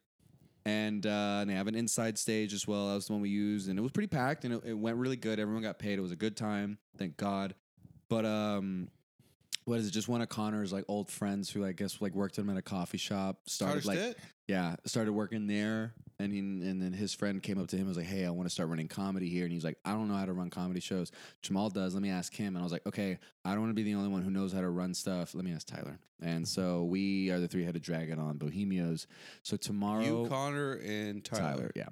[SPEAKER 3] And, uh, and they have an inside stage as well. That was the one we used, and it was pretty packed, and it, it went really good. Everyone got paid. It was a good time, thank God. But um, what is it? Just one of Connor's like old friends who I guess like worked him at a coffee shop started
[SPEAKER 1] Tyler
[SPEAKER 3] like
[SPEAKER 1] Stitt?
[SPEAKER 3] yeah, started working there, and he, and then his friend came up to him and was like, "Hey, I want to start running comedy here." And he's like, "I don't know how to run comedy shows. Jamal does. Let me ask him." And I was like, "Okay, I don't want to be the only one who knows how to run stuff. Let me ask Tyler." And so we are the three-headed dragon on Bohemios. So tomorrow,
[SPEAKER 1] you, Connor, and Tyler.
[SPEAKER 3] Tyler, yeah.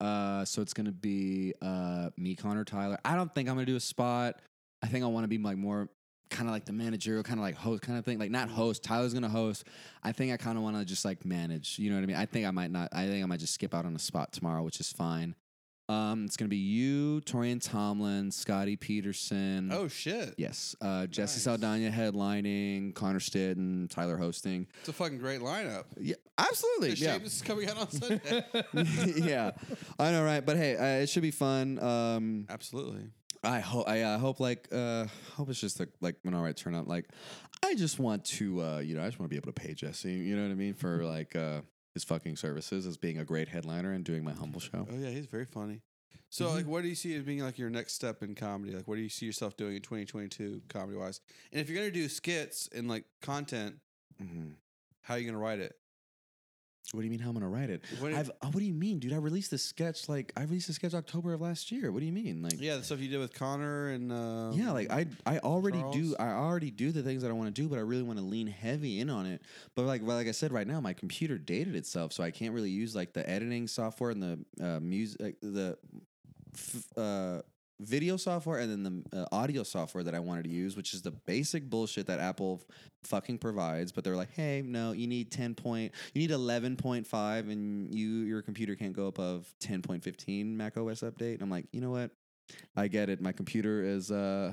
[SPEAKER 3] Uh, so it's gonna be uh, me, Connor, Tyler. I don't think I'm gonna do a spot. I think I want to be like more kind of like the managerial, kind of like host, kind of thing. Like not host. Tyler's gonna host. I think I kind of want to just like manage. You know what I mean? I think I might not. I think I might just skip out on a spot tomorrow, which is fine. Um, it's gonna be you, Torian Tomlin, Scotty Peterson.
[SPEAKER 1] Oh shit!
[SPEAKER 3] Yes, uh, Jesse
[SPEAKER 1] Nice.
[SPEAKER 3] Saldana headlining, Connor Stitt and Tyler hosting.
[SPEAKER 1] It's a fucking great lineup.
[SPEAKER 3] Yeah, absolutely.
[SPEAKER 1] The
[SPEAKER 3] yeah,
[SPEAKER 1] shape is coming out on Sunday.
[SPEAKER 3] yeah, I know, right? But hey, uh, it should be fun. Um,
[SPEAKER 1] Absolutely.
[SPEAKER 3] I hope. I uh, hope like uh, hope it's just like like an all right turnout. Like, I just want to, uh, you know, I just want to be able to pay Jesse. You know what I mean for like uh, his fucking services as being a great headliner and doing my humble show.
[SPEAKER 1] Oh yeah, he's very funny. So
[SPEAKER 3] Mhm.
[SPEAKER 1] like, what do you see as being like your next step in comedy? Like, what do you see yourself doing in 2022 comedy wise? And if you're gonna do skits and like content,
[SPEAKER 3] Mhm.
[SPEAKER 1] how are you gonna write it?
[SPEAKER 3] What do you mean? How I'm gonna write it?
[SPEAKER 1] What
[SPEAKER 3] I've, uh, what do you mean, dude? I released this sketch like I released the sketch October of last year. What do you mean? Like,
[SPEAKER 1] yeah, the stuff you did with Connor and um,
[SPEAKER 3] yeah like i i already
[SPEAKER 1] Charles?
[SPEAKER 3] do i already do the things that i want to do but i really want to lean heavy in on it but like well, like i said right now my computer dated itself so i can't really use like the editing software and the uh, music the f- uh video software and then the uh, audio software that i wanted to use which is the basic bullshit that apple fucking provides but they're like hey no you need 10 point you need 11.5 and you your computer can't go above 10.15 mac os update and i'm like you know what I get it. My computer is uh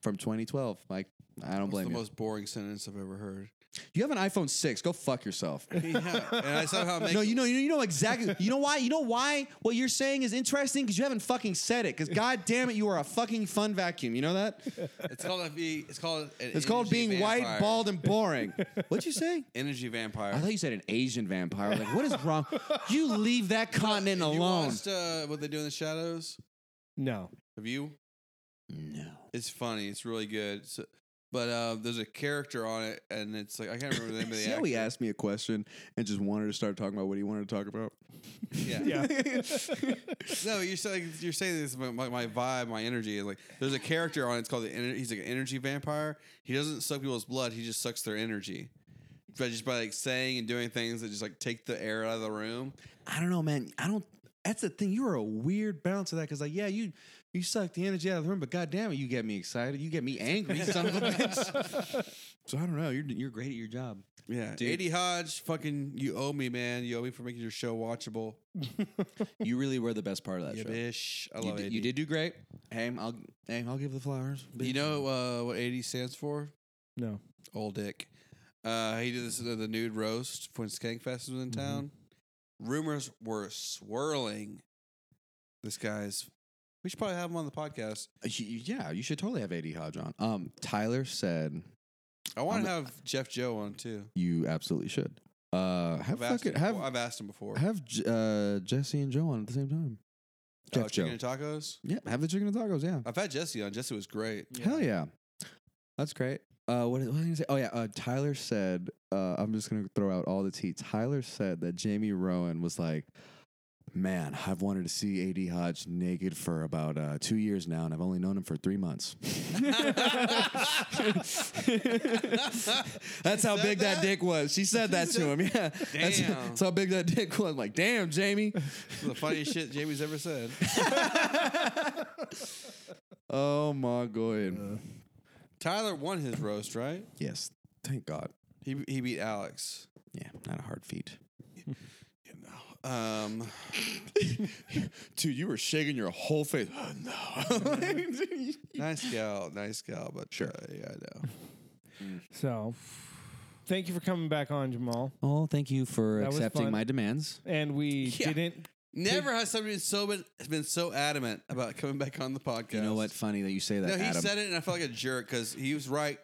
[SPEAKER 3] from 2012. Like, I don't
[SPEAKER 1] That's the
[SPEAKER 3] blame you.
[SPEAKER 1] most boring sentence I've ever heard.
[SPEAKER 3] you have an iPhone 6. Go fuck yourself.
[SPEAKER 1] yeah, and I somehow make
[SPEAKER 3] No, you know, you know, you know exactly. You know why? You know why? What you're saying is interesting because you haven't fucking said it. Because god damn it, you are a fucking fun vacuum. You know that?
[SPEAKER 1] It's called a V. It's called. An
[SPEAKER 3] It's called
[SPEAKER 1] energy
[SPEAKER 3] being
[SPEAKER 1] vampire.
[SPEAKER 3] white, bald, and boring. What'd you say?
[SPEAKER 1] Energy vampire.
[SPEAKER 3] I thought you said an Asian vampire. I was Like, what is wrong? You leave that continent
[SPEAKER 1] Have you
[SPEAKER 3] alone.
[SPEAKER 1] watched, uh, what they do in the shadows?
[SPEAKER 4] No.
[SPEAKER 1] Have you?
[SPEAKER 3] No.
[SPEAKER 1] It's funny. It's really good. So, but uh, there's a character on it, and it's like I can't remember the name of the
[SPEAKER 3] See how
[SPEAKER 1] actor.
[SPEAKER 3] he asked me a question and just wanted to start talking about what he wanted to talk about.
[SPEAKER 1] Yeah.
[SPEAKER 4] Yeah.
[SPEAKER 1] No, you're saying you're saying this about my, my vibe, my energy. Like there's a character on it. It's called the. Ener- he's like an energy vampire. He doesn't suck people's blood. He just sucks their energy. But just by like saying and doing things that just like take the air out of the room.
[SPEAKER 3] I don't know, man. I don't. That's the thing. You are a weird balance of that because, like, yeah, you you suck the energy out of the room, but goddamn it, you get me excited. You get me angry, son of a bitch. So I don't know. You're you're great at your job.
[SPEAKER 1] Yeah,
[SPEAKER 3] Dude.
[SPEAKER 1] Eddie Hodge, fucking, you owe me, man. You owe me for making your show watchable.
[SPEAKER 3] You really were the best part of that
[SPEAKER 1] Yeah,
[SPEAKER 3] show.
[SPEAKER 1] bish. I
[SPEAKER 3] You
[SPEAKER 1] love
[SPEAKER 3] did,
[SPEAKER 1] AD.
[SPEAKER 3] you did do great. Hey, I'll hey, I'll give the flowers.
[SPEAKER 1] You know uh, what AD stands for?
[SPEAKER 4] No.
[SPEAKER 1] Old Dick. Uh, he did this uh, the nude roast when Skankfest was in
[SPEAKER 3] Mm-hmm.
[SPEAKER 4] Mhm.
[SPEAKER 1] town. Rumors were swirling. This guy's. We should probably have him on the podcast.
[SPEAKER 3] Uh, you- you- yeah, you should totally have AD Hodge on. Um, Tyler said
[SPEAKER 1] I want
[SPEAKER 3] I'm-
[SPEAKER 1] to have Jeff Joe on too.
[SPEAKER 3] you absolutely should. Uh, have
[SPEAKER 1] I've asked,
[SPEAKER 3] fucking
[SPEAKER 1] him
[SPEAKER 3] have
[SPEAKER 1] before. I've asked him before.
[SPEAKER 3] have J- uh Jesse and Joe on at the same time.
[SPEAKER 1] Uh,
[SPEAKER 3] Jeff Joe.
[SPEAKER 1] Chicken and tacos.
[SPEAKER 3] Yeah, have the chicken and tacos. Yeah.
[SPEAKER 1] I've had Jesse on. Jesse was great.
[SPEAKER 3] Hell yeah. That's great. Uh, what, what was I going to say? Oh, yeah. Uh, Tyler said, uh, I'm just going to throw out all the tea. Tyler said that Jamie Rowan was like, man, I've wanted to see A.D. Hodge naked for about uh, two years now, and I've only known him for three months. That's how
[SPEAKER 1] said
[SPEAKER 3] big that?
[SPEAKER 1] that?
[SPEAKER 3] dick was. She said that to him. Yeah. That's,
[SPEAKER 1] Damn.
[SPEAKER 3] that's how big that dick was. I'm like, damn, Jamie.
[SPEAKER 1] the funniest shit Jamie's ever said.
[SPEAKER 3] oh, my God.
[SPEAKER 1] Tyler won his roast, right?
[SPEAKER 3] yes. Thank God.
[SPEAKER 1] He he beat Alex.
[SPEAKER 3] Yeah, not a hard feat.
[SPEAKER 1] Um,
[SPEAKER 3] Dude, you were shaking your whole face. no.
[SPEAKER 1] nice gal, Oh, nice gal, but sure, yeah, I know.
[SPEAKER 4] So, thank you for coming back on, Jamal.
[SPEAKER 3] oh, thank you for
[SPEAKER 4] That was
[SPEAKER 3] accepting
[SPEAKER 4] fun.
[SPEAKER 3] my demands.
[SPEAKER 4] And we
[SPEAKER 1] Yeah.
[SPEAKER 4] didn't.
[SPEAKER 1] Never has somebody been so been, has been so adamant about coming back on the podcast.
[SPEAKER 3] You know what? Funny that you say that,
[SPEAKER 1] No, he
[SPEAKER 3] Adam.
[SPEAKER 1] said it, and I felt like a jerk because he was right.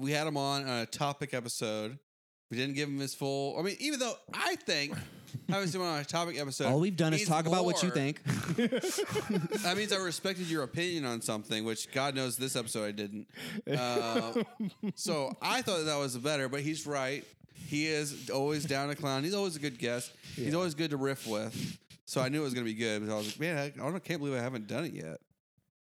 [SPEAKER 1] We had him on on a topic episode. We didn't give him his full. I mean, even though I think having someone on a topic episode,
[SPEAKER 3] All we've done is
[SPEAKER 1] means
[SPEAKER 3] talk about what you
[SPEAKER 1] more.
[SPEAKER 3] think.
[SPEAKER 1] That means I respected your opinion on something, which God knows this episode I didn't. Uh, so I thought that was better, but he's right. He is always down to clown. He's always a good guest. He's always good to riff with. So I knew it was going to be good, but I was like, man, I, I don't- can't believe I haven't done it yet.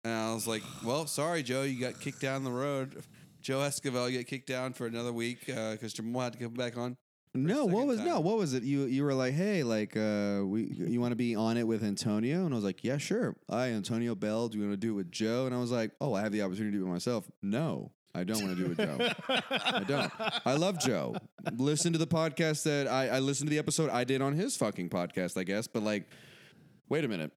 [SPEAKER 1] And I was like, well, sorry, Joe, you got kicked down the road. Joe Esquivel got kicked down for another week because Jamal had to come back on.
[SPEAKER 3] no, what
[SPEAKER 1] second
[SPEAKER 3] was no,
[SPEAKER 1] time.
[SPEAKER 3] what was it? You you were like, hey, like uh, we you want to be on it with Antonio? And I was like, yeah, sure. I Antonio Bell. Do you want to do it with Joe? And I was like, oh, I have the opportunity to do it myself. No, I don't want to do it with Joe. I don't. I love Joe. Listen to the podcast that I, I listened to the episode I did on his fucking podcast, I guess. But like, wait a minute.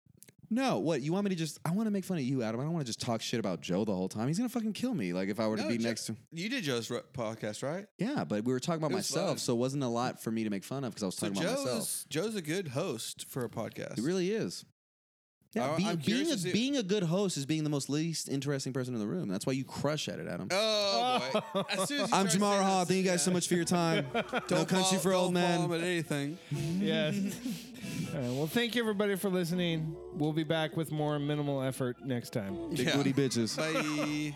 [SPEAKER 3] No, what you want me to just? I want to make fun of you, Adam. I don't want to just talk shit about Joe the whole time. He's gonna fucking kill me. Like if I were to
[SPEAKER 1] No,
[SPEAKER 3] be
[SPEAKER 1] Joe-
[SPEAKER 3] next to.
[SPEAKER 1] You did Joe's ro- podcast, right?
[SPEAKER 3] Yeah, but we were talking about
[SPEAKER 1] It was
[SPEAKER 3] myself,
[SPEAKER 1] fun.
[SPEAKER 3] so it wasn't a lot for me to make fun of because I was
[SPEAKER 1] So
[SPEAKER 3] talking about myself.
[SPEAKER 1] Joe's, Joe's a good host for a podcast.
[SPEAKER 3] He really is. Yeah,
[SPEAKER 1] I-
[SPEAKER 3] be-
[SPEAKER 1] I'm curious
[SPEAKER 3] being a,
[SPEAKER 1] to see-
[SPEAKER 3] being a good host is being the most least interesting person in the room. That's why you crush at it, Adam.
[SPEAKER 1] Oh, boy. As soon as you
[SPEAKER 3] I'm
[SPEAKER 1] started
[SPEAKER 3] Jamar
[SPEAKER 1] saying
[SPEAKER 3] Hall.
[SPEAKER 1] this-
[SPEAKER 3] Thank you guys so
[SPEAKER 1] yeah.
[SPEAKER 3] much for your time. no country
[SPEAKER 1] follow-
[SPEAKER 3] for old
[SPEAKER 1] don't follow him
[SPEAKER 3] men.
[SPEAKER 1] at anything.
[SPEAKER 4] yes. All right, well, thank you everybody for listening. We'll be back with more minimal effort next time.
[SPEAKER 3] Big
[SPEAKER 1] Yeah.
[SPEAKER 3] booty bitches.
[SPEAKER 1] Bye.